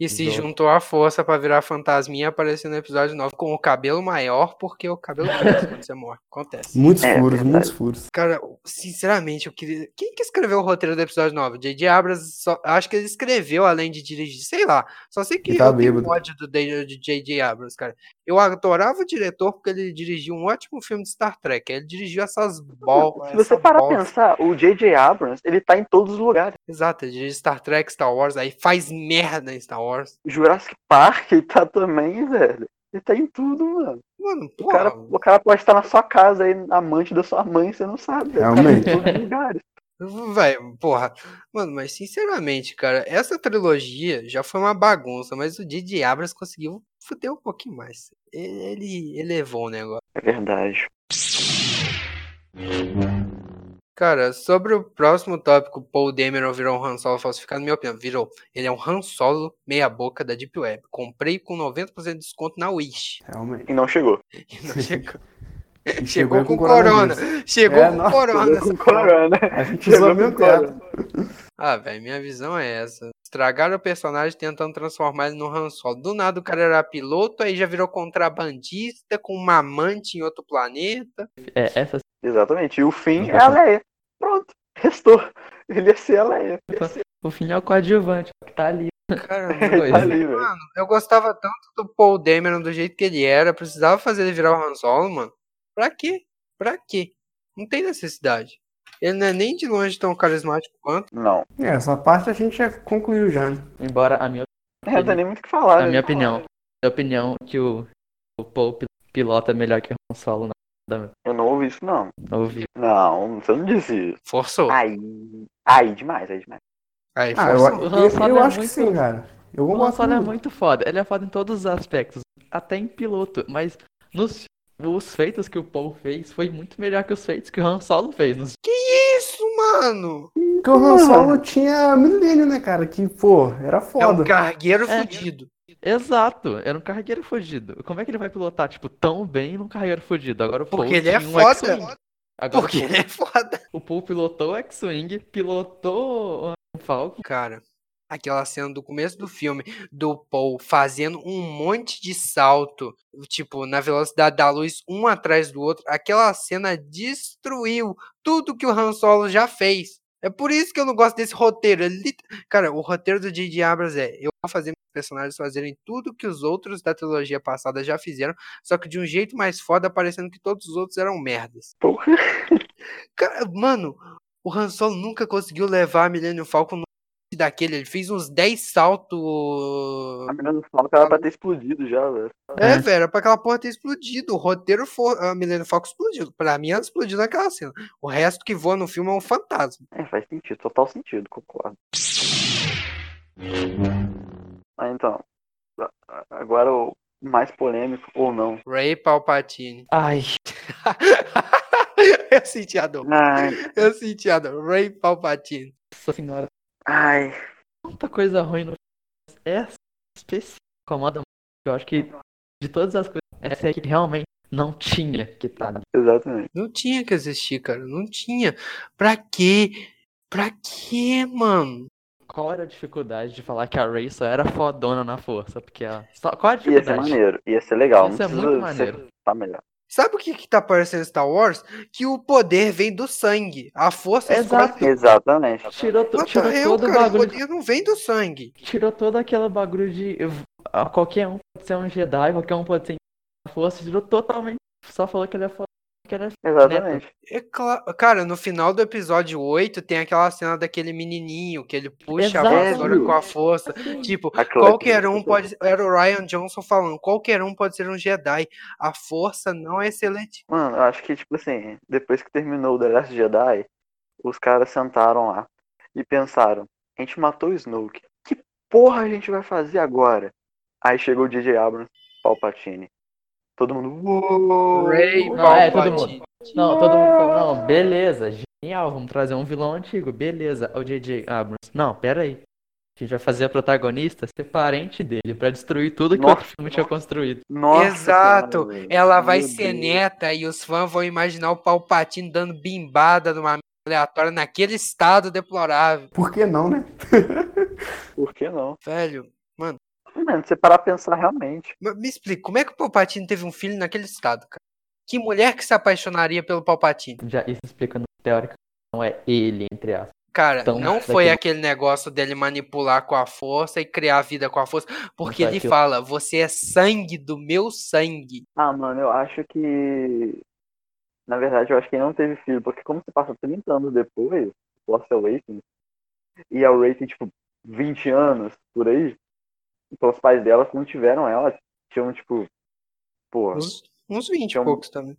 E se
Então
Exato.
juntou à força pra virar fantasminha e aparecer no episódio 9 com o cabelo maior, porque o cabelo cresce quando você morre. Acontece.
muitos
É,
furos,
verdade.
muitos furos.
Cara, sinceramente, eu queria. Quem que escreveu o roteiro do episódio 9? J.J. Abrams, só... acho que ele escreveu além de dirigir, sei lá. Só sei que
Ele tá
eu tenho
bêbado.
ódio do de de J.J. Abrams, cara. Eu adorava o diretor porque ele dirigiu um ótimo filme de Star Trek. Ele dirigiu essas bolas.
Se você parar pra pensar, o J.J. Abrams, ele tá em todos os lugares.
Exato, ele dirigiu Star Trek, Star Wars, aí faz merda em Star Wars.
Jurassic Park ele tá também, velho. Ele tá em tudo, mano.
Mano,
O cara,
porra.
o cara pode estar na sua casa aí, amante da sua mãe, você não sabe. velho. O cara tá em
Realmente.
todos os lugares.
Vai, porra. Mano, mas sinceramente, cara, essa trilogia já foi uma bagunça, mas o Didi Abras conseguiu fuder um pouquinho mais. Ele elevou o negócio.
É verdade.
Cara, sobre o próximo tópico, Paul Dameron virou um Han Solo falsificado, na minha opinião, virou. Ele é um Han Solo meia boca da Deep Web. Comprei com 90% de desconto na Wish.
Realmente.
E não chegou.
E não chegou.
E
Chegou, com, corona.
coronavírus.
Chegou
É,
com
nossa,
corona.
Chegou
essa
com corona.
A gente
Chegou
usou
com
meu
corona.
teto.
Ah, velho, minha visão é essa. Estragaram o personagem tentando transformar ele no Han Solo. Do nada o cara era piloto, aí já virou contrabandista com uma amante em outro planeta.
É, essa
Exatamente. E o fim é a Leia. Pronto. Restou. Ele ia ser a Leia.
O fim é o coadjuvante, que tá ali.
Cara,
é.
Tá ali, velho.
mano, eu gostava tanto do Paul Dameron do jeito que ele era, precisava fazer ele virar o Han Solo, mano. Pra quê? Pra quê? Não tem necessidade. Ele não é nem de longe tão carismático quanto.
Não.
É, essa parte a gente já concluiu já. né?
Embora a minha,
É, não tem nem muito o que falar.
a
né?
minha opinião, a opinião é que o, o Paul pi- pilota melhor que o Han Solo
Eu não ouvi isso, não.
não ouvi.
Não, você não disse isso.
Forçou.
Aí. Aí demais, aí demais.
Aí,
Ah,
forçou.
eu,
O Han
eu-
Solo
eu
é
acho que
muito-
sim, cara. Eu
O
vou
Han
botar.
Solo é muito foda, ele é foda em todos os aspectos, até em piloto, mas nos os feitos que o Paul fez foi muito melhor que os feitos que o Han Solo fez. Nos...
Isso, mano!
Porque o Han Solo tinha milênio, né, cara? Que, pô, era
É um
foda.
cargueiro
É.
fudido.
Exato, era um cargueiro fudido. Como é que ele vai pilotar, tipo, tão bem num cargueiro fudido? Agora o Paul
Porque ele é
tinha um X-Wing.
foda.
Agora
Porque ele é foda.
o Paul pilotou o X-Wing, pilotou o Falcon,
Cara, aquela cena do começo do filme do Paul fazendo um monte de salto, tipo, na velocidade da luz, um atrás do outro, aquela cena destruiu tudo que o Han Solo já fez. É por isso que eu não gosto desse roteiro. é lit- Cara, o roteiro do J.J. Abrams é: eu vou fazer meus personagens fazerem tudo que os outros da trilogia passada já fizeram, só que de um jeito mais foda, parecendo que todos os outros eram merdas.
Porra.
Cara, mano, o Han Solo nunca conseguiu levar a Millennium Falcon no daquele. Ele fez uns 10 saltos.
A menina do Falcon era pra ter explodido já, velho.
É,
É.
velho, era pra aquela porra ter explodido. O roteiro for. A Millennium Falcon explodiu. Pra mim, ela explodiu naquela cena. O resto que voa no filme é um fantasma.
É, faz sentido, total sentido, concordo. Ah, então. a- a- Agora o mais polêmico, ou não.
Ray Palpatine.
Ai,
eu senti a dor.
Ai,
Eu senti a dor. Ray Palpatine.
nossa senhora,
ai.
tanta coisa ruim no É Essa específica incomoda muito. Eu acho que de todas as coisas, essa é que realmente não tinha que tá. na-
Exatamente.
Não tinha que existir, cara. Não tinha. Pra quê? Pra quê, mano?
Qual era a dificuldade de falar que a Ray só era fodona na força? Porque ela. Só... Qual a
Ia ser
dificuldade?
maneiro, ia ser legal.
Isso
não
é
precisa
muito
ser-
maneiro.
Tá melhor.
Sabe o que, que tá parecendo Star Wars? Que o poder vem do sangue. A força
Exato.
escolhe-
Exatamente.
Tirou, to-
Não,
tirou
eu,
todo o
cara, o
bagulho.
poder não vem do sangue.
Tirou todo aquele bagulho de. eu- ah, Qualquer um pode ser um Jedi, qualquer um pode ser na força. Tirou totalmente. Só falou que ele é foda. Que ele é...
Exatamente.
É cla- Cara, no final do episódio 8 tem aquela cena daquele menininho que ele puxa a
Exato.
vassoura com a força. Tipo,
A Clutch,
qualquer um
né?
pode. Era o Ryan Johnson falando: qualquer um pode ser um Jedi. A força não é seletiva.
Mano, eu acho que, tipo assim, depois que terminou o The Last Jedi, os caras sentaram lá e pensaram, a gente matou o Snoke, que porra a gente vai fazer agora? Aí chegou o DJ Abrams, Palpatine. Todo mundo, uou!
Ray
Não, é, todo
Palpatine.
Não, todo mundo falou, não, beleza, genial, vamos trazer um vilão antigo, beleza. O J.J. Abrams, não, pera aí. A gente vai fazer a protagonista ser parente dele pra destruir tudo que o outro
Nossa,
filme tinha construído.
Nossa,
Exato.
senhora, velho.
Ela vai
Meu
ser
Deus.
neta e os fãs vão imaginar o Palpatine dando bimbada numa aleatória naquele estado deplorável.
Por que não, né?
Por que não?
Velho,
Mano, você parar pra pensar realmente.
Ma- Me explica, como é que o Palpatine teve um filho naquele estado, cara? Que mulher que se apaixonaria pelo Palpatine?
Já isso explica no teórico, não é ele, entre aspas.
Cara,
Então,
não
daqui-
foi aquele negócio dele manipular com a força e criar a vida com a força, porque
foi
ele
aquilo.
fala, você é sangue do meu sangue.
Ah, mano, eu acho que. Na verdade, eu acho que ele não teve filho, porque como você passa 30 anos depois, Lost Awakens, e a Ray tem, tipo, 20 anos por aí, então os pais dela, quando tiveram ela, tinham, tipo. Pô,
Uns, uns é um 20 e
Então-
poucos também.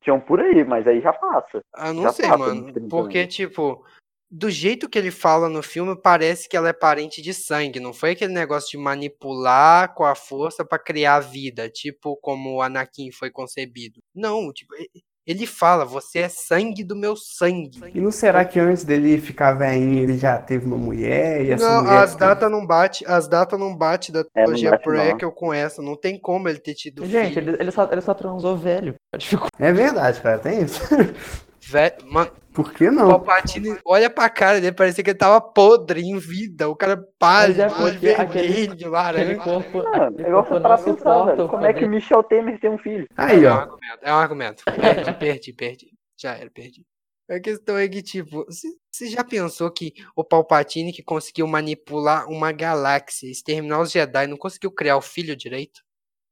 tinham por aí, mas aí já passa.
Ah, não
já
sei,
passa,
mano.
uns 30
Porque,
anos.
tipo, do jeito que ele fala no filme, parece que ela é parente de sangue. Não foi aquele negócio de manipular com a força pra criar vida, tipo como o Anakin foi concebido. Não, tipo, ele fala, você é sangue do meu sangue.
E não será que antes dele ficar velhinho ele já teve uma mulher e essa
Não,
mulher
as datas não bate, as datas não bate da
não
trilogia
bate, não.
prequel com essa, não tem como ele ter tido
Gente,
filho.
ele, ele só, ele só transou velho. Ficou
É verdade, cara, tem isso.
Vé- Mano,
Por que
o
não?
Palpatine, olha pra cara dele, parecia que ele tava podre em vida, o cara pálido,
Mas é porque
vermelho,
aquele- aquele
laranja.
corpo.
Mano,
aquele
é igual
corpo
você parar
não
pra pensar,
suporta
velho.
o
Como é que
poder.
Michel Temer tem um filho?
Aí,
É um
ó.
argumento, é um argumento. Perdi, perdi, perdi. Já era, perdi. A questão é que, tipo, você já pensou que o Palpatine que conseguiu manipular uma galáxia, exterminar os Jedi, não conseguiu criar o filho direito?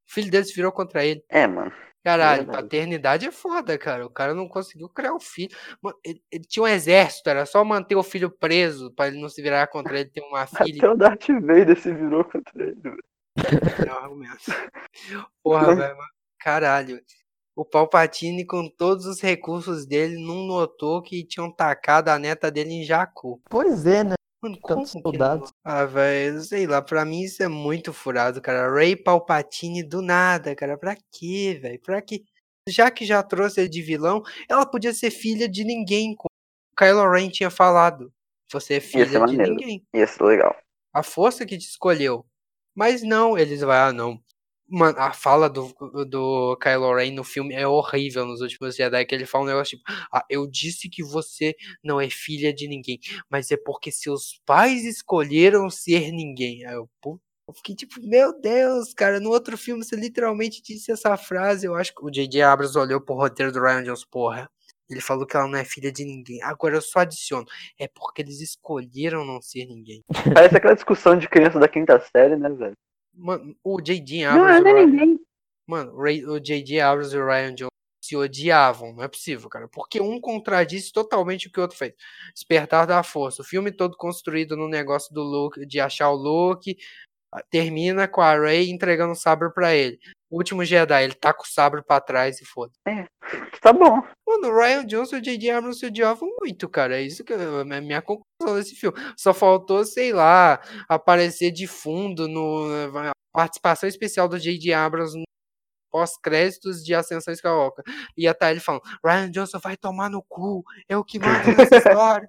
O filho deles virou contra ele.
É, mano.
Caralho,
Verdade.
paternidade é foda, cara. O cara não conseguiu criar o filho. Mano, ele, ele tinha um exército, era só manter o filho preso pra ele não se virar contra ele ter uma filha.
Até o Darth Vader se virou contra ele, velho.
É um argumento. Porra,
Né?
Não.
velho, mas caralho. O Palpatine, com todos os recursos dele, não notou que tinham tacado a neta dele em Jakku.
Pois é, né?
Mano, como
Tantos
que
soldados.
não- Ah, velho, sei lá, pra mim isso é muito furado, cara. Ray Palpatine do nada, cara. Pra quê, velho? Pra quê? Já que já trouxe ele de vilão, ela podia ser filha de ninguém, como o Kylo Ren tinha falado. Você é filha de
maneiro.
ninguém
Ia ser legal.
a força que te escolheu. Mas não, eles vai, ah, não. Mano, a fala do, do Kylo Ren no filme é horrível nos últimos Jedi, que ele fala um negócio tipo, ah, eu disse que você não é filha de ninguém, mas é porque seus pais escolheram ser ninguém. Aí eu, pô, eu fiquei tipo, meu Deus, cara, no outro filme você literalmente disse essa frase, eu acho que o J.J. Abrams olhou pro roteiro do Ryan Jones, porra. Ele falou que ela não é filha de ninguém. Agora eu só adiciono, é porque eles escolheram não ser ninguém.
Parece aquela discussão de criança da quinta série, né, velho?
Mano, o J.D.
Não,
Abrams.
eu
e
não
o
é
Ryan-
ninguém.
Mano, o Ray- o J.D. Abrams e o Ryan Jones se odiavam. Não é possível, cara. Porque um contradisse totalmente o que o outro fez. Despertar da Força. O filme todo construído no negócio do Luke, de achar o Luke. a- Termina com a Rey entregando o sabre pra ele. O último Jedi, ele tá com o sabre pra trás e foda.
Tá bom.
Mano, o Ryan Johnson e o J.D. Abrams se odiavam muito, cara. É isso que é a minha conclusão desse filme. Só faltou, sei lá, aparecer de fundo no na participação especial do J.D. Abrams no pós-créditos de Ascensão Skywalker. Ia tá ele falando, Ryan Johnson vai tomar no cu, é o que manda nessa história.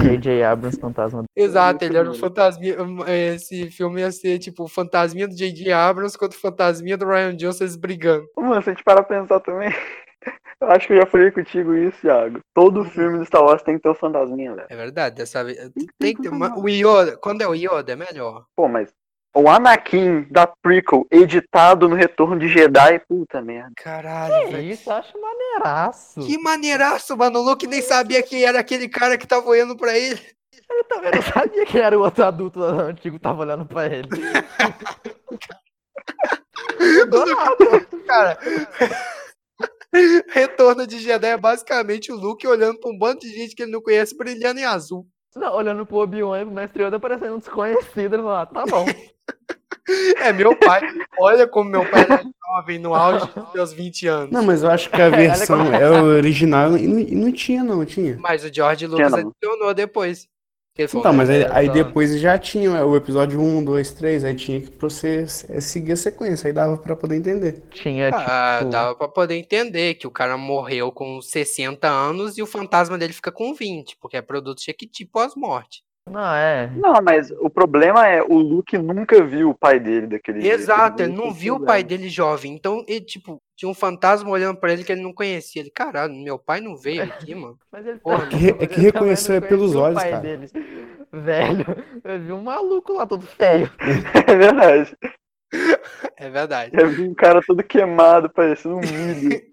J.J. Abrams, fantasma.
Exato, ele era o
Muito
fantasminha. Esse filme ia ser tipo o fantasminha do J.D. Abrams contra o fantasminha do Ryan Johnson eles brigando.
Mano, se a gente parar pra pensar também. Eu acho que eu já falei contigo isso, Thiago.
Uhum.
Todo filme do Star Wars tem que ter o fantasminha, velho.
É verdade, dessa vez. Tem
tem
que ter,
problema.
ma- o Yoda, quando é o Yoda, é melhor.
Pô, mas. O Anakin da prequel, editado no Retorno de Jedi, puta merda.
Caralho, velho.
Isso eu acho maneiraço.
Que maneiraço, mano. O Luke nem sabia quem era aquele cara que tava olhando pra ele.
Eu também não sabia que era o outro adulto lá no antigo que tava olhando pra ele. Do nada.
Cara. Retorno de Jedi é basicamente o Luke olhando pra um bando de gente que ele não conhece brilhando em azul.
Não, olhando pro Obi-Wan e pro Mestre Yoda, parecendo um desconhecido. Ele falou, ah, tá bom.
É meu pai. Olha como meu pai era jovem no auge dos seus 20 anos.
Não, mas eu acho que a versão é o original e não, e não tinha, não, tinha.
Mas o George Lucas
não.
adicionou depois. Ele falou,
Então, mas aí,
é,
Era
aí
tá.
só-
depois já tinha o episódio 1, 2, 3, aí tinha que pra você é, seguir a sequência, aí dava pra poder entender.
Tinha,
ah,
tipo...
dava pra poder entender que o cara morreu com 60 anos e o fantasma dele fica com 20, porque é produto Chequiti pós-morte.
Não, é.
Não, mas o problema é o Luke nunca viu o pai dele daquele jeito.
Exato, ele
Esse é
não
o
viu o
problema.
pai dele jovem. Então, ele, tipo, tinha um fantasma olhando pra ele que ele não conhecia. Ele, caralho, meu pai não veio aqui, mano.
Mas ele
Porra,
também-
é que- é que
ele também
reconheceu
não
é pelos
conhecia o
olhos,
pai
cara.
dele. Velho, eu vi um maluco lá todo feio.
É verdade.
É verdade.
Eu vi um cara todo queimado, parecendo um milho.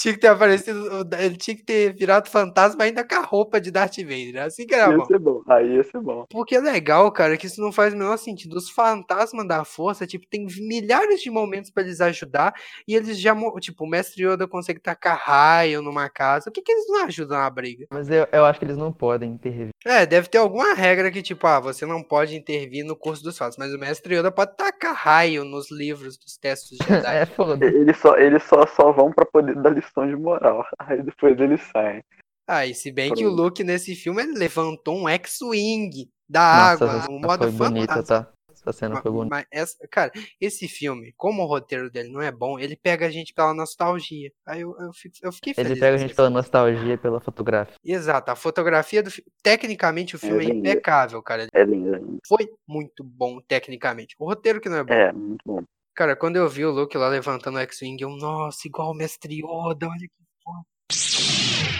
Tinha que ter aparecido. Ele tinha que ter virado fantasma ainda com a roupa de Darth Vader. Assim que era
ia
bom.
ser bom. Aí ia ser bom.
Porque é legal, cara, que isso não faz o menor sentido. Os fantasmas da força, tipo, tem milhares de momentos pra eles ajudar e eles já. mo- Tipo, o mestre Yoda consegue tacar raio numa casa. Por que, que eles não ajudam na briga?
Mas eu, eu acho que eles não podem intervir.
É, deve ter alguma regra que, tipo, ah, você não pode intervir no curso dos fatos, mas o mestre Yoda pode tacar raio nos livros dos testes de Jedi.
É foda.
Eles só, eles só, só vão pra poder dar lição de moral. Aí depois eles saem.
Ah, e se bem que o
Pronto.
Luke nesse filme ele levantou um X-Wing da
Nossa,
água,
essa
um
cena
modo
foi bonita,
fantástico.
tá? Essa cena
Ma-
foi bonita.
Mas, essa- cara, esse filme, como o roteiro dele não é bom, ele pega a gente pela nostalgia. Aí eu, eu, fico- eu fiquei feliz.
Ele pega
com
a
é
gente
isso.
pela nostalgia, e pela fotografia.
Exato, a fotografia do filme. Tecnicamente o filme é
lindo.
impecável, cara. Ele
É lindo, é lindo.
foi muito bom tecnicamente. O roteiro que não é bom.
É, muito bom.
Cara, quando eu vi o Luke lá levantando o X-Wing, eu, nossa, igual o Mestre Yoda, olha que foda.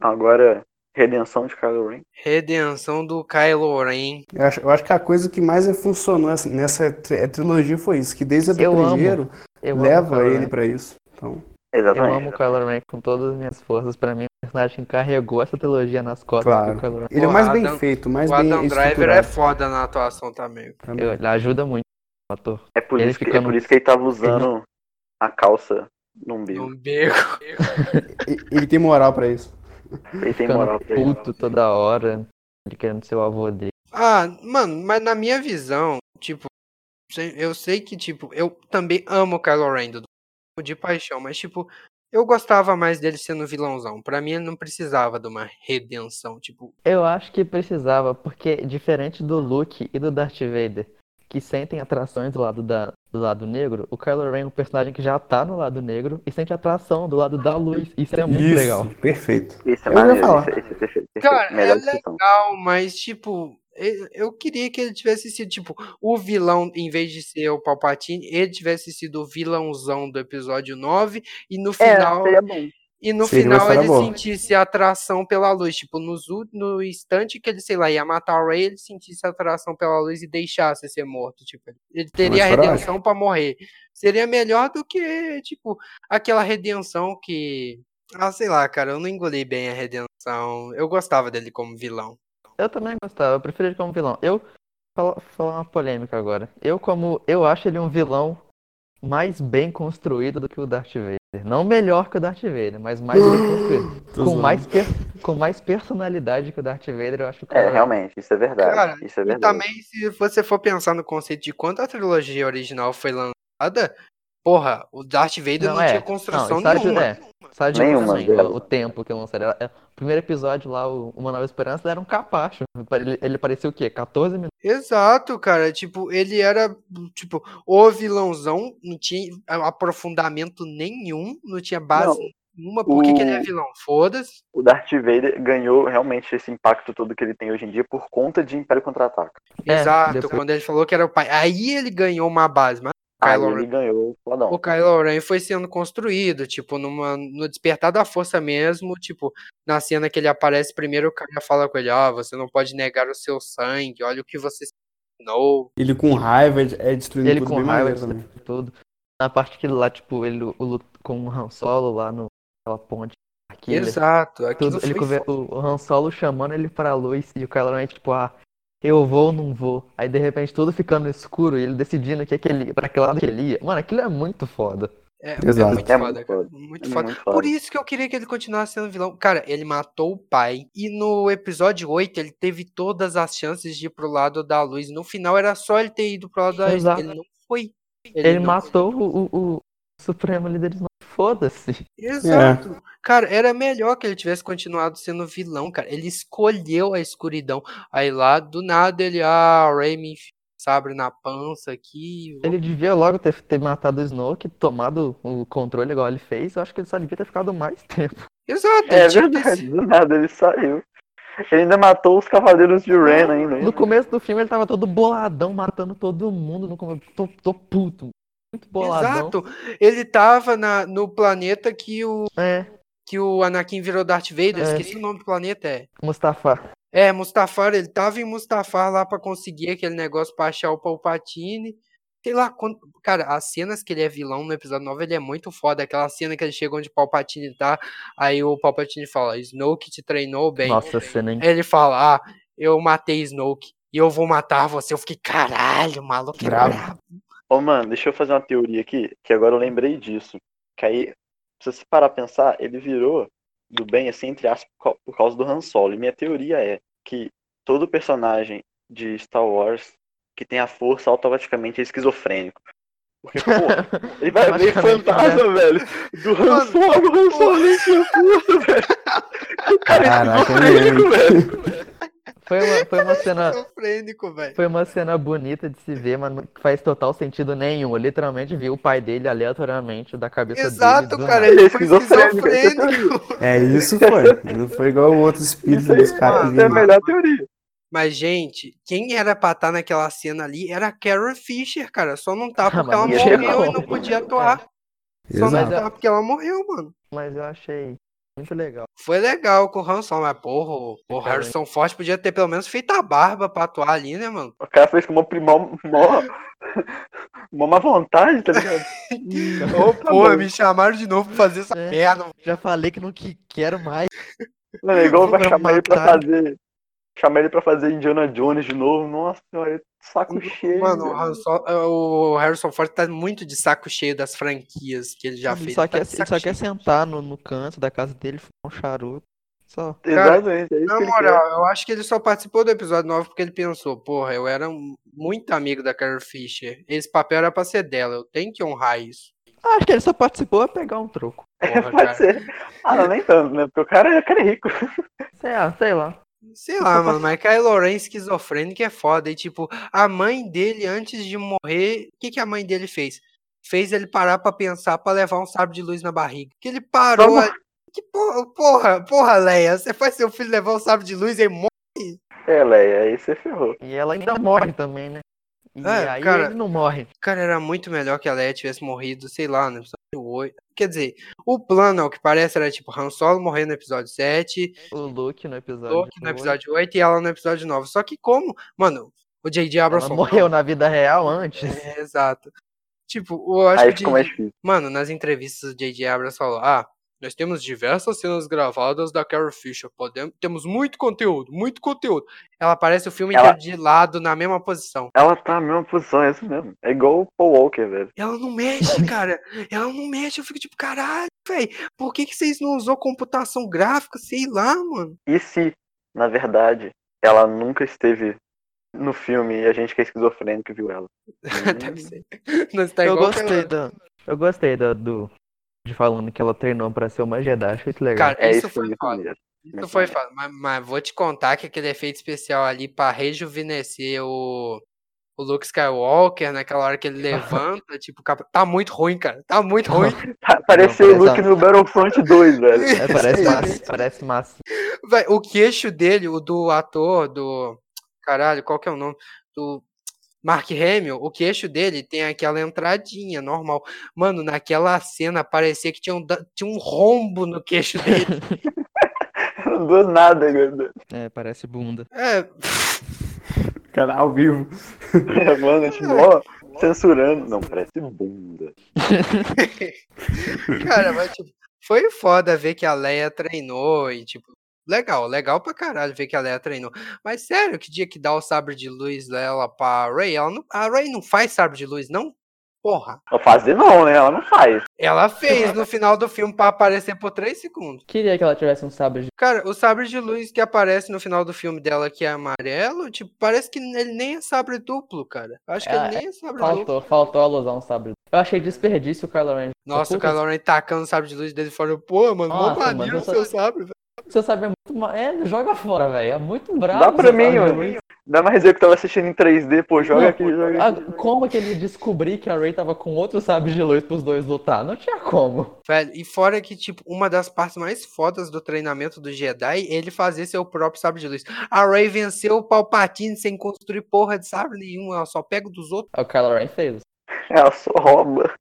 Agora, redenção de Kylo Ren.
Redenção do Kylo Ren.
Eu acho, eu acho que a coisa que mais funcionou assim, nessa tri- é, trilogia foi isso, que desde o
Eu amo.
primeiro
Eu amo o
leva
Kylo
ele
Ren.
pra isso. Então,
Eu
Exatamente.
amo o Kylo Ren com todas as minhas forças. Pra mim, o personagem que carregou essa trilogia nas costas.
Claro.
foi o Kylo Ren.
ele é
Pô,
mais
Adam-
bem feito, mais
o
bem
Adam Driver é
estruturado
foda na atuação também.
também.
Eu- Ele ajuda muito o ator.
É por,
Ele
isso que,
ficando-
é por isso que ele tava usando a calça no umbigo.
No beco.
E- Ele tem moral pra isso.
Ele tem moral
Ficando
pra ele. né?
puto toda hora. Ele querendo ser o avô dele.
Ah, mano, mas na minha visão, tipo, sei- eu sei que, tipo, eu também amo o Kylo Ren Dudu, de paixão, mas, tipo, eu gostava mais dele sendo vilãozão. Pra mim, ele não precisava de uma redenção, tipo,
Eu acho que precisava, porque diferente do Luke e do Darth Vader, que sentem atrações do lado, da, do lado negro, o Kylo Ren é um personagem que já tá no lado negro e sente atração do lado da luz. Isso é muito legal.
perfeito.
Isso é
Eu ia
maneiro,
falar.
isso, é- isso é perfeito. perfeito.
Cara, é
Melhor descrição.
legal, mas, tipo, eu eu queria que ele tivesse sido, tipo, o vilão, em vez de ser o Palpatine, ele tivesse sido o vilãozão do episódio 9, e no final.
seria bom.
E no
Seria uma
final
história
ele
boa.
sentisse atração pela luz. Tipo, nos, ú- no instante que ele, sei lá, ia matar o Ray, ele sentisse atração pela luz e deixasse ser morto. Tipo, ele teria a
história
redenção pra morrer. Seria melhor do que, tipo, aquela redenção que. Ah, sei lá, cara, eu não engoli bem a redenção. Eu gostava dele como vilão.
Eu também gostava, eu prefiro ele como vilão. Eu fala- falar uma polêmica agora. Eu como eu acho ele um vilão mais bem construído do que o Darth Vader. Não melhor que o Darth Vader, mas mais bem construído.
Ah, Tô
com,
zoando.
mais per- com mais personalidade que o Darth Vader, eu acho que
É, realmente, isso é verdade.
Cara,
isso é
E
verdade.
também, se você for pensar no conceito de quando a trilogia original foi lançada, porra, o Darth Vader não,
Não, é.
tinha
Não,
construção
isso ajuda-
nenhuma.
é. Só de
Nenhuma
também,
delas.
o tempo que lançaram. Ela- ela- O primeiro episódio lá, o Uma Nova Esperança, ele era um capacho. Ele, ele parecia o quê? 14 minutos.
Exato, cara. Tipo, ele era, tipo, o vilãozão, não tinha aprofundamento nenhum, não tinha base
Não,
nenhuma. Por que, que ele é
o-
vilão? Foda-se.
O Darth Vader ganhou realmente esse impacto todo que ele tem hoje em dia por conta de Império Contra-Ataca.
É,
Exato,
depois-
quando ele falou que era o pai. Aí ele ganhou uma base, mas
Aí
Kylo
ele ganhou o fodão.
o Kylo Ren foi sendo construído, tipo, numa, no despertar da força mesmo, tipo, na cena que ele aparece primeiro, o cara fala com ele, ó, você não pode negar o seu sangue, olha o que você se tornou.
Ele com raiva é é destruindo
Ele
tudo
com
bem
raiva, é
maneiro também.
tudo. Na parte que lá, tipo, ele o, Lu- com o Han Solo lá no, naquela ponte. Aqui, ele-
Exato, aquilo
tudo, ele
foi
conver- o, o Han Solo chamando ele pra luz e o Kylo Ren, tipo, ah, eu vou ou não vou. Aí de repente tudo ficando escuro e ele decidindo que aquele, pra que lado que ele ia. Mano, aquilo é muito foda.
É,
Exato.
é muito
É muito
foda, cara.
foda.
Muito
É
foda.
muito foda.
Por isso que eu queria que ele continuasse sendo vilão. Cara, ele matou o pai. E no episódio 8, ele teve todas as chances de ir pro lado da luz. No final, era só ele ter ido pro lado da luz.
Exato.
Ele não foi.
Ele,
não-
matou o, o, o Supremo Líder Snow. Foda-se.
Exato.
É.
Cara, era melhor que ele tivesse continuado sendo vilão, cara. Ele escolheu a escuridão. Aí lá, do nada, ele, ah, o Ray me enfia o sabre na pança aqui.
Ele devia logo ter, ter matado o Snoke, tomado o controle igual ele fez. Eu acho que ele só devia ter ficado mais tempo.
Exato.
É
ele tinha que ter
verdade, do nada ele saiu. Ele ainda matou os Cavaleiros de Ren ainda.
No começo do filme ele tava todo boladão, matando todo mundo. No começo, tô, tô puto. Muito boladão.
Exato. Ele tava na, no planeta que o,
É,
que o Anakin virou Darth Vader.
É.
Esqueci o nome do planeta, é.
Mustafa.
É, Mustafar, ele tava em Mustafar lá pra conseguir aquele negócio pra achar o Palpatine. Sei lá, quando... cara, as cenas que ele é vilão no episódio 9, ele é muito foda. Aquela cena que ele chega onde o Palpatine tá, aí o Palpatine fala, Snoke te treinou bem.
Nossa cena, hein?
Aí Ele fala, ah, eu matei Snoke e eu vou matar você. Eu fiquei, caralho, o maluco é
Bravo.
brabo.
Ô, mano, deixa eu fazer uma teoria aqui, que agora eu lembrei disso. Que aí, se você parar a pensar, ele virou do bem, assim, entre aspas, por cau- por causa do Han Solo. E minha teoria é que todo personagem de Star Wars que tem a força automaticamente é esquizofrênico. Porque, pô, ele vai ver
Basicamente,
fantasma, velho. Do Han
Mano,
Solo, o Han Solo nem tinha puta, velho. O cara
Caraca,
é esquizofrênico, velho.
Foi uma, foi uma cena.
Esquizofrênico, velho.
Foi uma cena bonita de se ver, mas não faz total sentido nenhum. Eu literalmente vi o pai dele aleatoriamente da cabeça
Exato,
dele. do
cara.
nada.
Ele
Ele
é
foi
esquizofrênico, essa é a
esquizofrênico.
É, isso foi. Não foi igual o outro espírito
Isso aí,
dos caras.
Essa é a
vindo.
melhor teoria.
Mas, gente, quem era pra estar naquela cena ali era a Carol Fisher, cara. Só não tá porque
Ah, mas
ela
não tinha
morreu e
como.
não podia atuar. Só não
Exato.
Mas é-
tá porque ela morreu, mano.
Mas eu achei muito legal.
Foi legal com o Hanson, mas porra, o- o Harrison Ford podia ter pelo menos feito a barba pra atuar ali, né, mano?
O cara fez com uma primó, mó, mó má vontade, tá ligado?
Ô, porra,
bom.
me chamaram de novo pra fazer essa
É.
merda.
Já falei que não que quero mais.
Mano, é igual
Vou
vai chamar ele pra
matar.
fazer. Chamar ele pra fazer Indiana Jones de novo. Nossa senhora, tá saco cheio.
Mano, o,
velho.
Han Solo- o Harrison Ford tá muito de saco cheio das franquias que ele já
ele
fez.
só
Ele tá
quer,
de
ele
saco
só quer
cheio.
sentar no, no canto da casa dele, fumar um charuto. Só.
Cara,
Exatamente, é isso
Na
que ele
moral, eu acho que ele só participou do episódio 9 porque ele pensou, porra, eu era um- muito amigo da Carol Fisher. Esse papel era pra ser dela, eu tenho que honrar isso.
Ah, Acho que ele só participou pra pegar um troco.
quer.
Porra,
Pode
cara.
ser. Ah, não, nem tanto, né? Porque o cara, o cara é rico.
Sei lá, sei lá.
Sei lá, mano, mas Kylo Ren esquizofrênico é foda. E tipo, a mãe dele, antes de morrer, o que, que a mãe dele fez? Fez ele parar pra pensar pra levar um sabre de luz na barriga. Que ele parou
Vamos-
ali. Que porra, porra, porra, Leia, você faz seu filho levar um sabre de luz e morre.
É, Leia, aí você ferrou.
E ela ainda morre também, né? E
É,
aí
cara.
ele não morre.
Cara, era muito melhor que a Leia tivesse morrido, sei lá, no episódio 8. Quer dizer, o plano, ao que parece, era tipo Han Solo morrer no episódio 7,
O Luke no episódio.
Luke no
oito,
episódio 8 e ela no episódio 9. Só que como, mano, o J.J.
Ela
Abrams
morreu né? na vida real antes.
É, exato. Tipo, eu acho
Aí
que
ficou mais difícil.
Mano, nas entrevistas o J.J. Abrams falou: Ah, nós temos diversas cenas gravadas da Carol Fisher. Podemos, temos muito conteúdo, muito conteúdo. Ela aparece o filme
Ela-
inteiro de lado, na mesma posição.
Ela tá na mesma posição, é isso mesmo. É igual o Paul Walker, velho.
Ela não mexe, cara. Ela não mexe. Eu fico tipo, caralho, velho. Por que, que vocês não usou computação gráfica? Sei lá, mano.
E se, na verdade, ela nunca esteve no filme e a gente que é esquizofrênico viu ela?
Deve ser. Nós tá
eu
igual
gostei da. Eu gostei da- do. De falando que ela treinou pra ser uma Jedi, achei muito legal.
Cara,
É
isso
isso,
foi
mesmo.
foda. Isso
Muito
foi
maneiro.
foda. Mas, mas vou te contar que aquele efeito especial ali pra rejuvenescer o, o Luke Skywalker, naquela hora que ele levanta, tipo, capa- tá muito ruim, cara. Tá muito ruim.
Pa- Pareceu
Não,
o Luke
parece-
no Battlefront 2, velho.
É, parece massa, parece massa.
Véi, o queixo dele, o do ator, do. Caralho, qual que é o nome? Do. Mark Hamill, o queixo dele tem aquela entradinha normal. Mano, naquela cena parecia que tinha um, da- tinha um rombo no queixo dele.
Do nada, velho.
É, parece bunda.
É,
Cara, ao vivo.
Mano, a gente mó censurando. Não, parece bunda.
cara, mas tipo, foi foda ver que a Leia treinou e tipo, legal, legal pra caralho ver que a Leia treinou. Mas sério, que dia que dá o sabre de luz dela pra Rey? Ela não, a Rey não faz sabre de luz, não? Porra.
Não fazer não, né? Ela não faz.
Ela fez no final do filme pra aparecer por 3 segundos.
Queria que ela tivesse um sabre de
Cara, o sabre de luz que aparece no final do filme dela, que é amarelo, tipo, parece que ele nem é sabre duplo, cara. Acho que
É,
ele nem é sabre duplo.
Faltou, faltou ela usar um sabre. Eu achei desperdício o Kylo Ren.
Nossa, o
Puta,
Kylo Ren tacando o sabre de luz dele fora. Pô, mano, mó
Nossa, mano,
maneiro o
eu só-
seu sabre, velho.
Seu sabre é muito... ma- É, joga fora, velho. É muito bravo.
Dá pra
seu
mim,
sabre
mano.
de luz.
Ainda mais eu que tava assistindo em 3D, pô, joga
Não,
aqui,
tá
joga aqui.
Ah, como que ele descobri que a Rey tava com outro sabre de luz pros dois lutar? Não tinha como.
Velho, E fora que, tipo, uma das partes mais fodas do treinamento do Jedi, ele fazer seu próprio sabre de luz. A Rey venceu o Palpatine sem construir porra de sabre nenhum, ela só pega o dos outros.
Aí É O Kylo Ren fez.
Ela só rouba.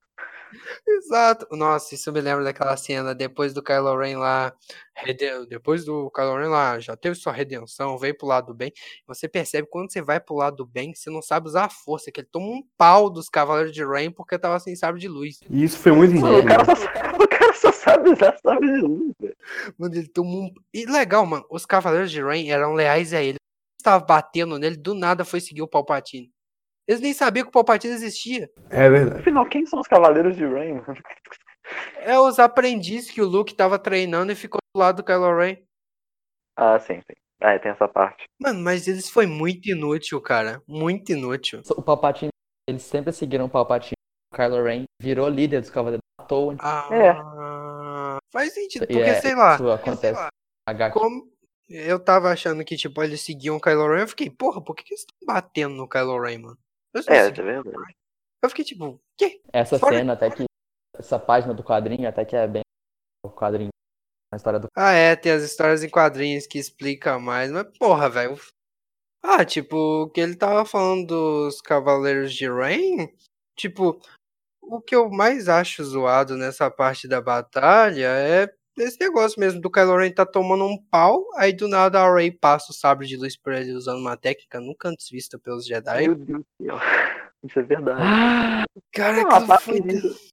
Exato. Nossa, isso me lembra daquela cena depois do Kylo Ren lá. rede- Depois do Kylo Ren lá, já teve sua redenção, veio pro lado do bem. Você percebe quando você vai pro lado do bem, você não sabe usar a força, que ele toma um pau dos Cavaleiros de Rain porque tava sem sabre de luz.
E isso foi muito
Mano, o cara
incrível.
só sabe, o cara só sabe usar sabe de luz, velho.
Mano, ele toma um. E legal, mano, os Cavaleiros de Rain eram leais a ele. Estava batendo nele, do nada foi seguir o Palpatine. Eles nem sabiam que o Palpatine existia.
É verdade.
Afinal, quem são os Cavaleiros de Rain, mano?
É os aprendizes que o Luke tava treinando e ficou do lado do Kylo Ren.
Ah, sim, sim. Ah, é, tem essa parte.
Mano, mas eles foi muito inútil, cara. Muito inútil.
O Palpatine... Eles sempre seguiram o Palpatine. Kylo Ren virou líder dos Cavaleiros, matou o
É.
Ah, Faz sentido, porque
é,
sei
Ah,
lá.
isso acontece.
sei lá,
HQ.
como eu tava achando que, tipo, eles seguiam o Kylo Ren, eu fiquei, porra, por que, que eles estão batendo no Kylo Ren, mano? Eu, não
É, é
segui-
verdade.
eu fiquei tipo, quê?
Essa
Fora-
cena até que. Essa página do quadrinho até que é bem. O quadrinho. A história do.
Ah, é, tem as histórias em quadrinhos que explica mais, mas porra, velho. Ah, tipo, o que ele tava falando dos Cavaleiros de Rain, tipo, o que eu mais acho zoado nessa parte da batalha é esse negócio mesmo do Kylo Ren tá tomando um pau, aí do nada a Rey passa o sabre de luz pra ele usando uma técnica nunca antes vista pelos Jedi.
Meu Deus do céu. Isso é verdade.
Cara,
Não, a
aquilo
parte
foi...
esquisita.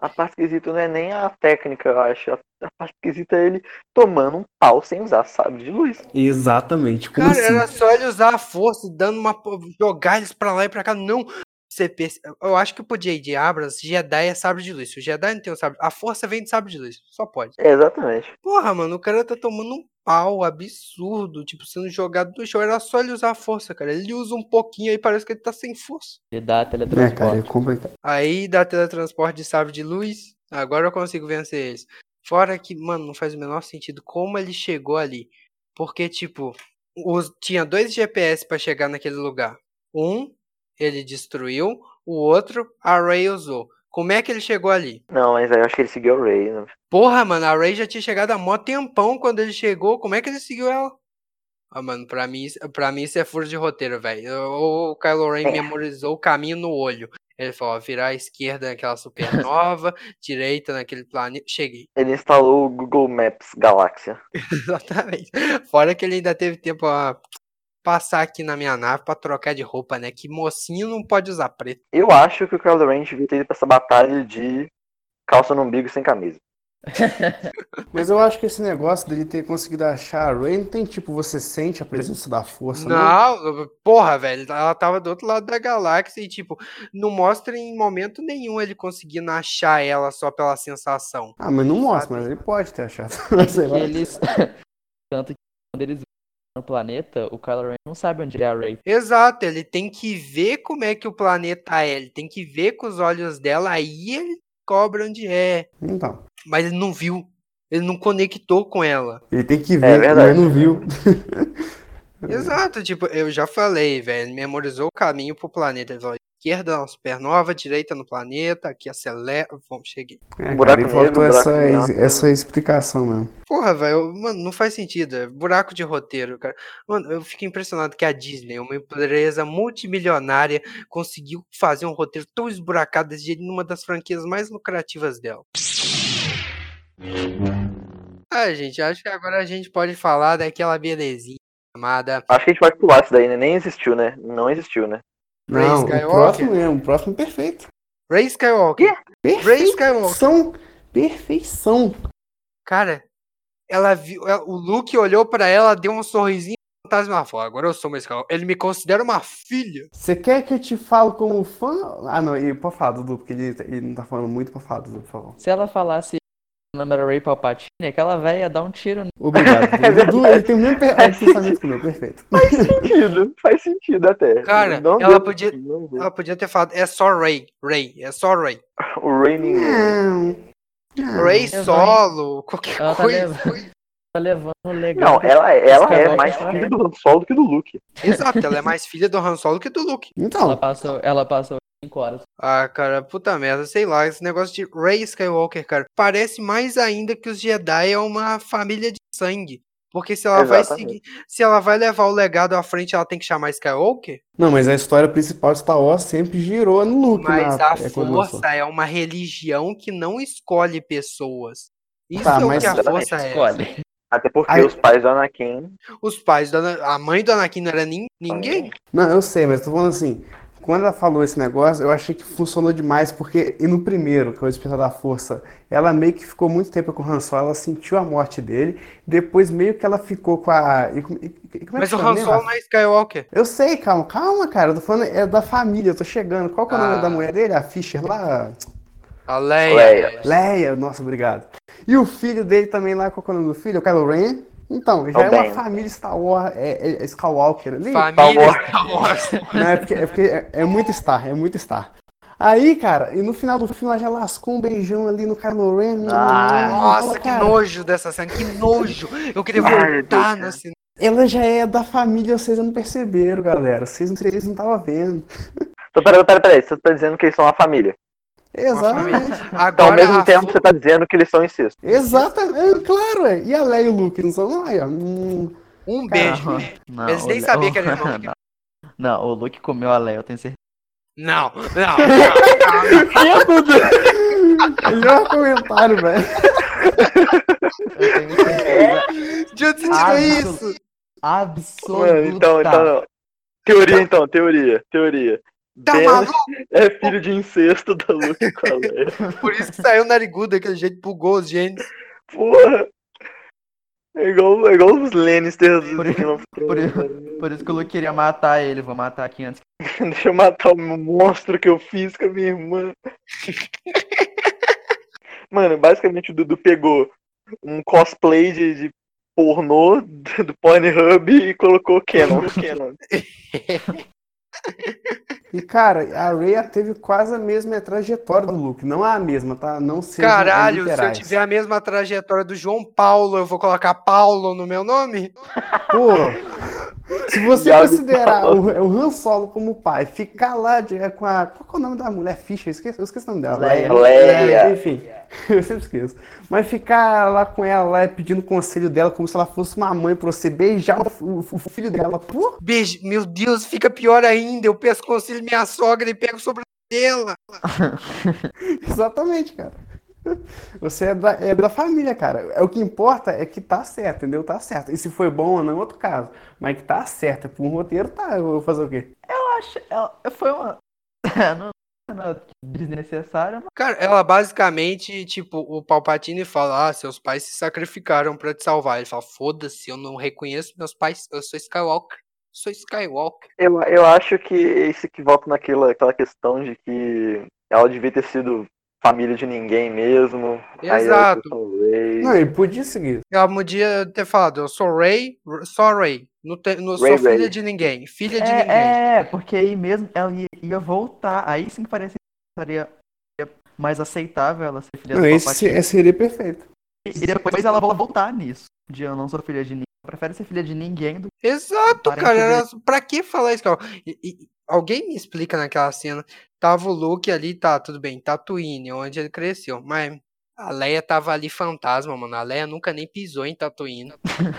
A parte esquisita não é nem a técnica, eu acho. A a parte esquisita é ele tomando um pau sem usar sabre de luz.
Exatamente. Como
Cara,
assim?
era só ele usar a força, e dando uma. po- jogar eles pra lá e pra cá. Não. Você perce- Eu acho que pro J.D. Abrams, Jedi é sabre de luz. Se o Jedi não tem o sabre. A força vem de sabre de luz. Só pode.
É, exatamente.
Porra, mano, o cara tá tomando um pau absurdo. Tipo, sendo jogado do chão. Era só ele usar a força, cara. Ele usa um pouquinho aí, parece que ele tá sem força.
Ele dá
É, cara, é
teletransporte.
complicado.
Aí dá teletransporte de sabre de luz. Agora eu consigo vencer eles. Fora que, mano, não faz o menor sentido como ele chegou ali. Porque, tipo, os- tinha dois GPS pra chegar naquele lugar. Um, ele destruiu. O outro, a Ray usou. Como é que ele chegou ali?
Não, mas aí eu acho que ele seguiu o Ray. Né?
Porra, mano, a Ray já tinha chegado há mó tempão quando ele chegou. Como é que ele seguiu ela? Ah, mano, pra mim, isso- pra mim isso é furo de roteiro, velho. O o Kylo Ren
É.
memorizou o caminho no olho. Ele falou, ó, virar à esquerda naquela supernova, direita naquele planeta. Cheguei.
Ele instalou o Google Maps Galáxia.
Exatamente. Fora que ele ainda teve tempo a passar aqui na minha nave pra trocar de roupa, né? Que mocinho não pode usar preto.
Eu acho que o Kylo Ren devia ter ido pra essa batalha de calça no umbigo e sem camisa.
Mas eu acho que esse negócio dele ter conseguido achar a Rey não tem tipo, você sente a presença da força, né? não?
Não, porra, velho, ela tava do outro lado da galáxia e, tipo, não mostra em momento nenhum ele conseguindo achar ela só pela sensação.
Ah, mas não mostra, mas ele pode ter achado. Mas sei lá.
E eles. Tanto que quando eles vão no planeta, o Kylo Ren não sabe onde é a Rey.
Exato, ele tem que ver como é que o planeta é, ele tem que ver com os olhos dela, aí ele cobra onde é.
Então.
Mas ele não viu, ele não conectou com ela.
Ele tem que ver,
verdade.
mas não viu.
Exato, tipo, eu já falei, velho, ele memorizou o caminho pro planeta. Ele falou, esquerda na supernova, direita no planeta, aqui acelera. Bom, cheguei.
É, cara,
Buraco
ele
negro,
faltou
buraco
essa,
negro.
essa explicação mesmo.
Porra, velho, mano, não faz sentido. É buraco de roteiro, cara. Mano, eu fico impressionado que a Disney, uma empresa multimilionária, conseguiu fazer um roteiro tão esburacado desse jeito numa das franquias mais lucrativas dela. Ah, gente, acho que agora a gente pode falar daquela belezinha chamada
Acho que a gente vai pular isso daí, né? Nem existiu, né? Não existiu, né?
Rey
Não,
Skywalker.
o próximo mesmo, o próximo perfeito.
Ray Skywalker. Ray Skywalker.
Perfeição. Perfeição.
Cara, ela viu. ela- o Luke olhou pra ela, deu um sorrisinho fantasma. Ela falou: agora eu sou uma escala. Ele me considera uma filha.
Você quer que eu te fale como fã? Ah, não, e pode falar, Dudu, porque ele, ele não tá falando muito, pode falar, Dudu, por favor.
Se ela falasse o nome era Ray Palpatine, aquela velha ia dar um tiro
Obrigado. Dudu, ele tem o mesmo per- pensamento que o meu, perfeito.
Faz sentido. Faz sentido até.
Cara,
Não
ela
deu
podia-
sentido, não deu.
Ela podia ter falado: é só Ray, Ray, é só Ray.
O Ray
Hum.
ninguém.
Não. Não.
Ray
Exato.
solo, qualquer
Ah, Ela tá
coisa.
tá levando o legado.
Não, ela, ela é
Skywalker.
mais filha do Han Solo do que do Luke.
Exato, ela é mais filha do Han Solo que do Luke.
Ela
Então,
passou, ela passou 5 horas.
Ah, cara, puta merda, sei lá, esse negócio de Ray Skywalker, cara, parece mais ainda que os Jedi é uma família de sangue. Porque se ela vai
Exatamente.
seguir, se ela vai levar o legado à frente, ela tem que chamar Skywalker?
não, mas a história principal de Star Wars sempre girou no Luke,
Mas
na,
a
é quando lançou.
força é uma religião que não escolhe pessoas. Isso
Tá,
é o
mas-
que a
Exatamente,
força é.
Escolhe.
Até porque
Ai.
os pais do Anakin. assim.
Os pais, da Ana- a mãe do Anakin não era nin- ninguém.
Não, eu sei, mas tô falando assim, quando ela falou esse negócio, eu achei que funcionou demais, porque e no primeiro, que é o Despertar da Força, ela meio que ficou muito tempo com o Han Solo, ela sentiu a morte dele, depois meio que ela ficou com a... E, como- e- e- como é
Mas
que
o
chama
Han
mesmo,
Solo
Rafa?
não é Skywalker.
Eu sei, calma, calma, cara. Eu tô falando é da família, eu tô chegando. Qual que é o nome
Ah.
da mulher dele? A Fisher lá?
A Leia.
Leia.
Leia, nossa, obrigado. E o filho dele também lá, qual que é o nome do filho? O Kylo Ren? Então, já é
Também.
uma família Star Wars, é, é- é Skywalker ali. né?
Família
Star
Star Wars.
Não, é porque, é, porque é, é muito Star, é muito Star. Aí, cara, e no final do filme ela já lascou um beijão ali no Kylo Ren. né?
Ah,
Nossa, que
cara,
nojo dessa cena, que nojo. Eu queria
Ai,
voltar
Deus.
nesse
Ela já é da família, vocês não perceberam, galera. Vocês, vocês não estavam vendo.
Então, peraí, peraí, peraí. Você tá dizendo que eles são uma família.
Exatamente.
Então,
Agora,
ao mesmo
a
tempo,
Flo-
você tá dizendo que eles são incesto.
Exatamente, é, claro, é. E a Leia e o Luke, não são? Ai, ó. hum,
um beijo.
Não,
Eles
o
nem
Le-
sabiam
o-
que era irmão.
Não, Não, o Luke comeu a Leia, eu tenho certeza.
Não, não, não,
melhor comentário, velho.
Eu tenho certeza
não. De onde você tirou
Absol-
isso?
absoluta.
Mano, então, então. Teoria, então, teoria, teoria.
Tá
Ben
maluco?
é filho de incesto da Luke com a Leia.
Por isso que saiu narigudo daquele jeito, bugou os genes.
Porra! É igual, é igual os Lannisters do
Por isso-
Game of
por
Thrones.
isso-
velho.
Por isso que o Luke queria matar ele, vou matar aqui antes.
Deixa eu matar o monstro que eu fiz com a minha irmã. Mano, basicamente o Dudu pegou um cosplay de, de pornô do do Pornhub e colocou Canon. Canon.
E, cara, a Rey teve quase a mesma trajetória do Luke. Não a mesma, tá? Não
é
sejam
Caralho, se eu
literais.
tiver a mesma trajetória do João Paulo, eu vou colocar Paulo no meu nome?
Pô, se você
Iago
considerar o, o Han Solo como pai, ficar lá de- com a. Qual que é o nome da mulher? Fischer, eu esqueço, eu esqueço o nome dela.
Leia.
Leia.
Enfim, eu sempre esqueço. Mas ficar lá com ela lá, pedindo conselho dela como se ela fosse uma mãe pra você beijar o, o- o filho dela. Pô,
Beijo, meu Deus, fica pior ainda. Eu peço conselho minha sogra e pego sobre dela.
exatamente, cara. Você é da, é da família, cara. É, o que importa é que tá certo, entendeu? Tá certo. E se foi bom ou não, é outro caso. Mas que tá certo. Por um roteiro, tá. Eu vou fazer o quê?
Poxa, ela- foi uma. não, não, desnecessária, mas
Cara, ela basicamente, tipo, o Palpatine fala, ah, seus pais se sacrificaram pra te salvar. Ele fala, foda-se, eu não reconheço meus pais, eu sou Skywalker. Sou Skywalker.
Eu, eu acho que isso que volta naquela aquela questão de que ela devia ter sido família de ninguém mesmo. Aí ela
Exato.
foi talvez.
Não, e podia seguir.
Ela podia ter falado, eu sou Rey, só Rey. Não, te- não sou
Rey,
filha
Rey.
de ninguém, filha de ninguém.
é, é, porque aí mesmo ela ia, ia voltar. Aí sim que parecia que estaria seria mais aceitável ela ser filha
Não,
do
esse, é-
Palpatine.
esse seria perfeito.
E depois ela vai voltar nisso. De eu não sou filha de ninguém. Prefere ser filha de ninguém do que
Exato,
Parente
cara.
dele.
Era... Pra que falar isso, cara? E- e- alguém me explica naquela cena. Tava o Luke ali, tá, tudo bem, Tatooine, onde ele cresceu. Mas a Leia tava ali fantasma, mano. A Leia nunca nem pisou em Tatooine.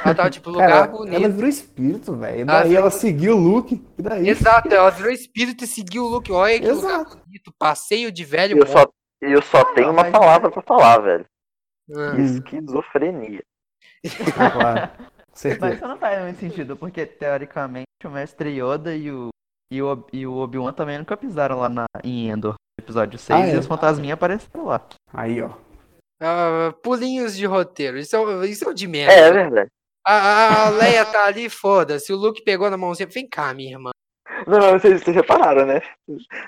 Ela tava, tipo, lugar
Cara,
bonito.
ela virou espírito, velho. E
Ah,
daí
sim.
ela seguiu o Luke. E daí.
Exato, ela virou espírito e seguiu o Luke. Olha que lugar
Exato.
bonito. Passeio de velho.
Eu
bom.
só, eu só tenho uma
mas-
palavra pra falar, velho.
Ah.
Esquizofrenia.
Ah, claro.
Mas
Certeza.
isso não faz muito sentido, porque teoricamente o mestre Yoda e o, e o, Ob- e o Obi-Wan também nunca pisaram lá na, em Endor, no episódio 6,
Ah, é?
e os fantasminhas apareceram lá.
Aí, ó.
Ah, pulinhos de roteiro. Isso é, o- isso é o de merda.
É, é verdade.
A, a- a Leia tá ali, foda-se. O Luke pegou na mãozinha. Vem cá, minha irmã.
Não, não, vocês, vocês repararam, né?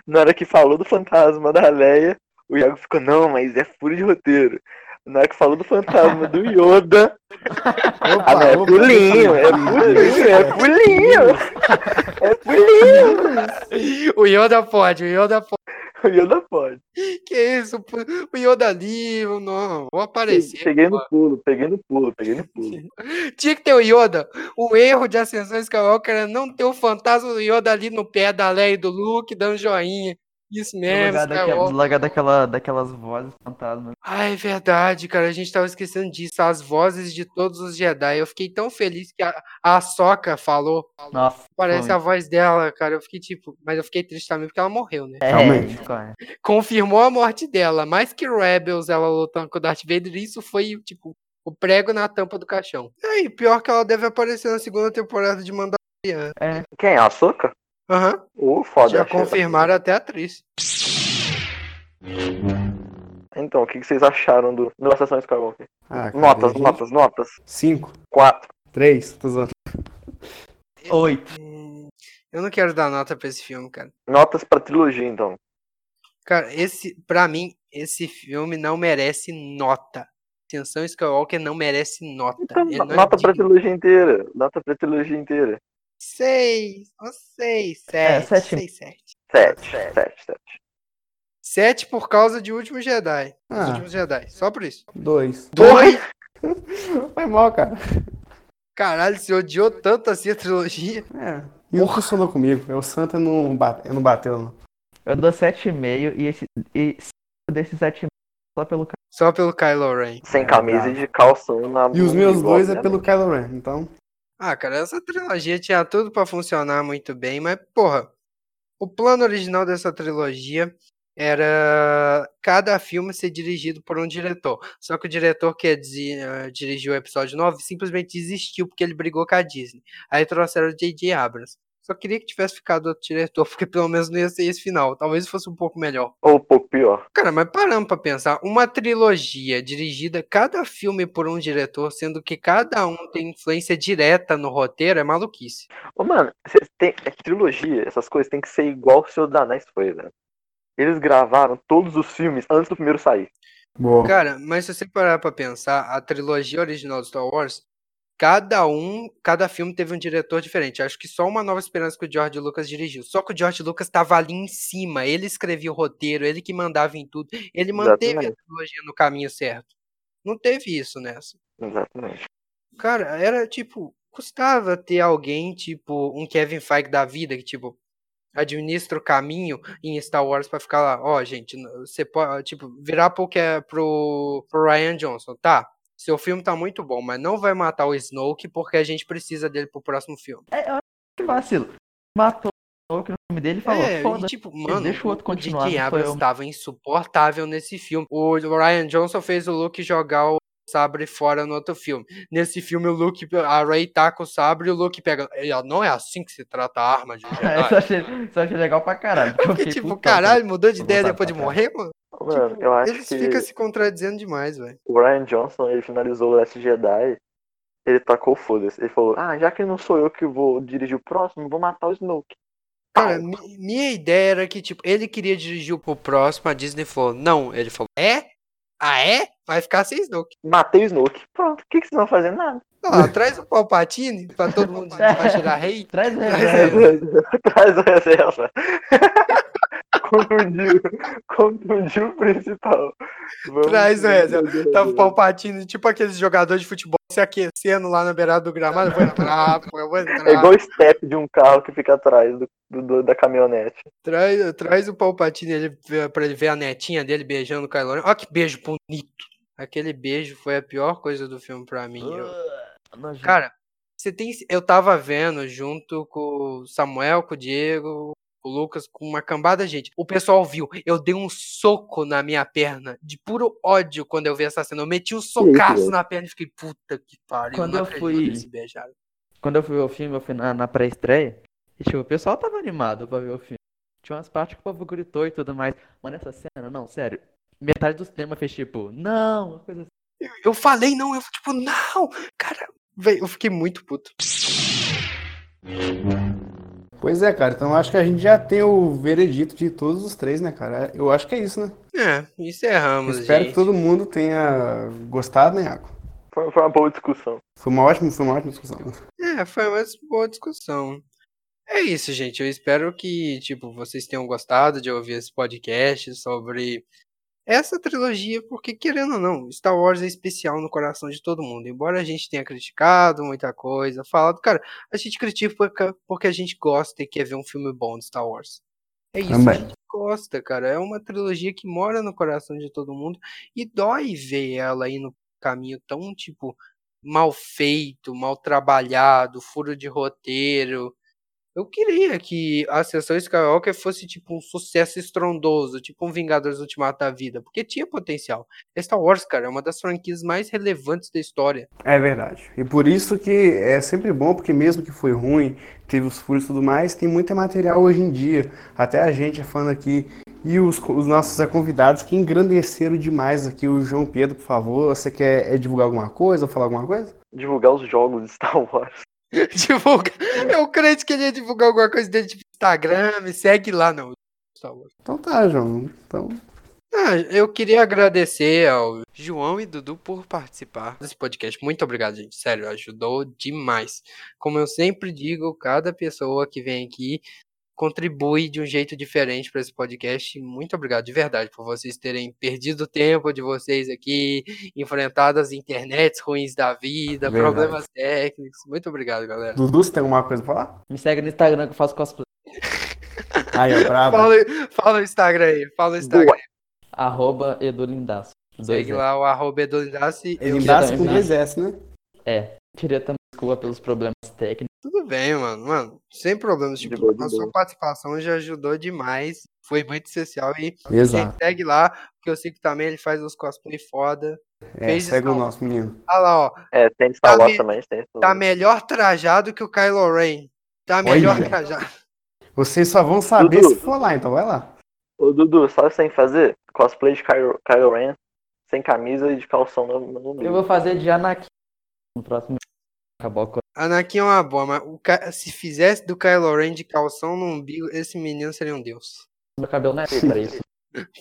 Na hora que falou do fantasma da Leia, o Iago ficou, não, mas é furo de roteiro. Na hora que falou do fantasma do Yoda, ah, não,
Opa,
é pulinho, é pulinho, é pulinho, é pulinho.
O Yoda pode, o Yoda pode.
O Yoda pode.
Que isso? pô, O Yoda ali, eu não, vou aparecer.
Peguei
pô.
no pulo, peguei no pulo, peguei no pulo.
Tinha que ter o Yoda. O erro de Ascensão Skywalker era não ter o fantasma do Yoda ali no pé da Leia e do Luke, dando joinha. Isso
No
mesmo,
lugar, daquela,
É, Skywalker.
no lugar daquela, daquelas vozes fantasmas.
Ah, é verdade, cara. A gente tava esquecendo disso. As vozes de todos os Jedi. Eu fiquei tão feliz que a, a Soca falou.
Nossa,
Parece
foi-
a voz dela, cara. Eu fiquei tipo. Mas eu fiquei triste também porque ela morreu, né?
é,
Realmente.
ficou-
confirmou a morte dela. Mais que Rebels, ela lutando com o Darth Vader, isso foi, tipo, o prego na tampa do caixão. É, E aí, pior que ela deve aparecer na segunda temporada de Mandalorian. né?
Quem? A Soca?
Aham,
Ô, foda. é.
já
achei.
confirmaram até a atriz.
Então, o que que vocês acharam do, do Assassin's Skywalker?
Ah, cara,
Notas,
gente.
notas, notas.
Cinco,
Quatro.
três. Tô zoando.
Oito.
Hum, eu não quero dar nota pra esse filme, cara.
Notas pra trilogia, então.
Cara, esse, pra mim, esse filme não merece nota. Ascensão Skywalker não merece nota.
Então,
Ele
no-
não é
nota pra
digno.
trilogia inteira. Nota pra trilogia inteira.
Seis, ó, seis, sete,
É,
sete.
seis, sete.
Sete. Sete, sete.
Sete por causa de Último Jedi. Os
Ah.
Últimos Jedi. Só por isso.
Dois.
Dois?
Foi mal, cara.
Caralho, você odiou tanto assim a trilogia.
É. E o que funcionou comigo? O Santa não, bate, não bateu, não.
Eu dou 7,5 e, esse, e cinco desses 7,5 só pelo cara.
Só pelo Kylo Ren.
Sem camisa e de calção na né?
E os meus dois
né?
é pelo Kylo Ren, então.
Ah, cara, essa trilogia tinha tudo pra funcionar muito bem, mas, porra, o plano original dessa trilogia era cada filme ser dirigido por um diretor. Só que o diretor que desi- eh, dirigiu o episódio 9 simplesmente desistiu porque ele brigou com a Disney. Aí trouxeram o J.J. Abrams. Só queria que tivesse ficado outro diretor, porque pelo menos não ia ser esse final. Talvez fosse um pouco melhor.
Ou um pouco pior.
Cara, mas parando pra pensar, uma trilogia dirigida cada filme por um diretor, sendo que cada um tem influência direta no roteiro, é maluquice.
Ô, mano, cê tem, é trilogia, essas coisas tem que ser igual o Senhor dos Anéis foi, velho. Eles gravaram todos os filmes antes do primeiro sair.
Boa.
Cara, mas se você parar pra pensar, a trilogia original do Star Wars, cada um, cada filme teve um diretor diferente. Acho que só uma Nova Esperança que o George Lucas dirigiu. Só que o George Lucas tava ali em cima, ele escrevia o roteiro, ele que mandava em tudo, ele manteve a
Exatamente.
trilogia no caminho certo. Não teve isso nessa.
Exatamente.
Cara, era tipo, custava ter alguém, tipo, um Kevin Feige da vida, que, tipo, administra o caminho em Star Wars pra ficar lá, ó, gente, n- você pode, tipo, virar pro, Ke- pro, pro Ryan Johnson, tá? Seu filme tá muito bom, mas não vai matar o Snoke porque a gente precisa dele pro próximo filme.
Que vacilo. Matou o Snoke no nome dele e falou:
é, e
foda-se.
tipo, mano,
deixa o outro continuar,
J.J.
não sou
Abrams
eu.
tava insuportável nesse filme. O Ryan Johnson fez o Luke jogar o sabre fora no outro filme. Nesse filme, o Luke, a Ray taca o sabre e o Luke pega. E ela, Não é assim que se trata a arma de um
É,
Jedi."
isso eu achei, isso eu achei legal pra caralho. porque eu
Porque,
fiquei
tipo,
putão,
caralho, mudou de
Vou
ideia
voltar
depois de
pra trás.
morrer, mano?
Ô, Mano,
Tipo,
eu acho
Eles
que
ficam se contradizendo demais, velho.
o Ryan Johnson, ele finalizou o Last Jedi, ele tacou o foda-se. Ele falou, ah, já que não sou eu que vou dirigir o próximo, vou matar o Snoke.
Cara, mi- minha ideia era que, tipo, ele queria dirigir o próximo, a Disney falou, não. Ele falou, é? Ah, é? Vai ficar sem Snoke.
Matei o Snoke. Pronto, o que, que vocês vão fazer? Nada.
Ah, traz o Palpatine pra todo mundo pra tirar rei.
Traz
Traz
ele.
Traz a reserva. contundiu, contundiu o principal. Vamos
Traz a reserva.
fazer
Tava Tá o Palpatine, tipo aqueles jogadores de futebol se aquecendo lá na beirada do gramado. Eu vou entrar, pô, eu vou entrar.
É igual o step de um carro que fica atrás do, do- do- da caminhonete.
Traz, traz o Palpatine ele, vê- pra ele ver a netinha dele beijando o Kylo Ren. Olha que beijo bonito. Aquele beijo foi a pior coisa do filme pra mim. Eu- Ah,
Nojento.
Cara, você tem. Eu tava vendo junto com o Samuel, com o Diego, com o Lucas, com uma cambada, de gente. O pessoal viu. Eu dei um soco na minha perna de puro ódio quando eu vi essa cena. Eu meti um socaço
velho?
na perna e fiquei, puta que pariu.
Quando
não
eu
acredito
fui-
que eles se beijaram.
Quando eu fui ver o filme, eu fui na, na pré-estreia. E, tipo, o pessoal tava animado pra ver o filme. Tinha umas partes que o povo gritou e tudo mais. Mano, essa cena, não, sério. Metade do cinema fez tipo, não, uma coisa assim.
Eu falei, não, eu tipo, não! Cara, velho, eu fiquei muito puto.
Pois é, cara. Então acho que a gente já tem o veredito de todos os três, né, cara? Eu acho que é isso, né?
É, encerramos,
Espero que
gente.
todo mundo tenha gostado, né, Iaco?
Foi, foi uma boa discussão.
Foi uma ótima, foi uma ótima discussão.
É, foi uma boa discussão. É isso, gente. Eu espero que, tipo, vocês tenham gostado de ouvir esse podcast sobre essa trilogia, porque, querendo ou não, Star Wars é especial no coração de todo mundo. Embora a gente tenha criticado muita coisa, falado, cara, a gente critica porque- porque a gente gosta e quer ver um filme bom de Star Wars. É isso,
Também.
a gente gosta, cara. É uma trilogia que mora no coração de todo mundo e dói ver ela aí no caminho tão, tipo, mal feito, mal trabalhado, furo de roteiro. Eu queria que a sessão Skywalker fosse tipo um sucesso estrondoso, tipo um Vingadores Ultimato da vida, porque tinha potencial. Star Wars, cara, é uma das franquias mais relevantes da história.
É verdade. E por isso que é sempre bom, porque mesmo que foi ruim, teve os furos e tudo mais, tem muito material hoje em dia. Até a gente é fã aqui. E os, co- os nossos é convidados que engrandeceram demais aqui. O João Pedro, por favor, você quer é, divulgar alguma coisa ou falar alguma coisa?
Divulgar os jogos de Star Wars.
Divulga. Eu creio que ele ia divulgar alguma coisa dele tipo Instagram, me segue lá, não. Star Wars.
Então tá, João. Então,
Ah, eu queria agradecer ao João e Dudu por participar desse podcast. Muito obrigado, gente. Sério, ajudou demais. Como eu sempre digo, cada pessoa que vem aqui contribui de um jeito diferente para esse podcast. Muito obrigado de verdade por vocês terem perdido o tempo de vocês aqui, enfrentado as internets ruins da vida,
Verdade.
problemas técnicos. Muito obrigado, galera.
Dudu, você tem alguma coisa pra falar?
Me segue no Instagram que eu faço cosplay.
Aí, ó, brabo.
Fala, fala o Instagram aí, fala o Instagram.
Arroba Edu Lindaço. Dois
Segue
S.
lá o arroba é Edu Lindassi.
né? Ele
Eu
dá
também
com
vi.
dois S, né?
É. Queria também desculpa pelos problemas técnicos.
Tudo bem, mano. Mano, sem problemas.
De
Tipo,
boa, de
a sua
boa.
participação já ajudou demais. Foi muito essencial. E
Exato.
segue lá, porque eu sei que também ele faz uns cosplay foda.
É,
Fez
segue o
isso,
nosso menino.
Olha lá, ó.
É, tem Star Wars
me-
também, tem Star
Tá
Wars.
melhor trajado que o Kylo Ren. Tá
Olha.
melhor trajado.
Vocês só vão saber
Dudu.
se for lá, então vai lá.
Ô Dudu, sabe sem fazer? Cosplay de Kylo, Kylo Ren, sem camisa e de calção no, no umbigo.
Eu vou fazer de Anakin no próximo. Acabou com
Anakin é uma boa, mas o Ky- se fizesse do Kylo Ren de calção no umbigo, esse menino seria um deus.
meu cabelo, né? Pra isso.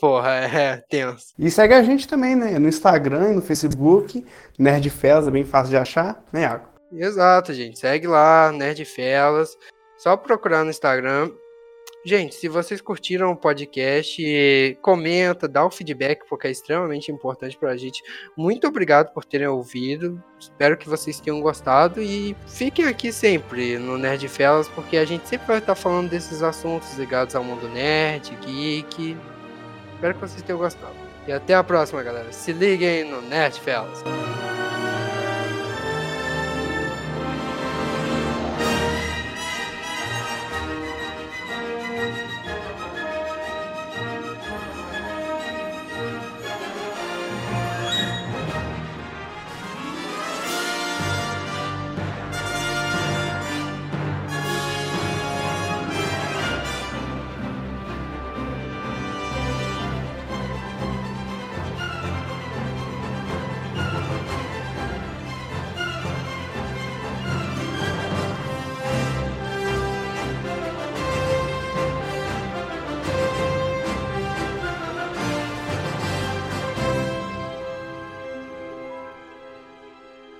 Porra, é, é tenso.
E segue a gente também, né? No Instagram e no Facebook. Nerd Fels é bem fácil de achar, né, Iago?
Exato, gente. Segue lá, Nerd Felas. Só procurar no Instagram. Gente, se vocês curtiram o podcast, eh, comenta, dá o feedback, porque é extremamente importante pra gente. Muito obrigado por terem ouvido. Espero que vocês tenham gostado e fiquem aqui sempre no Nerd Felas, porque a gente sempre vai estar falando desses assuntos ligados ao mundo nerd, geek. Espero que vocês tenham gostado. E até a próxima, galera. Se liguem no Nerd Felas.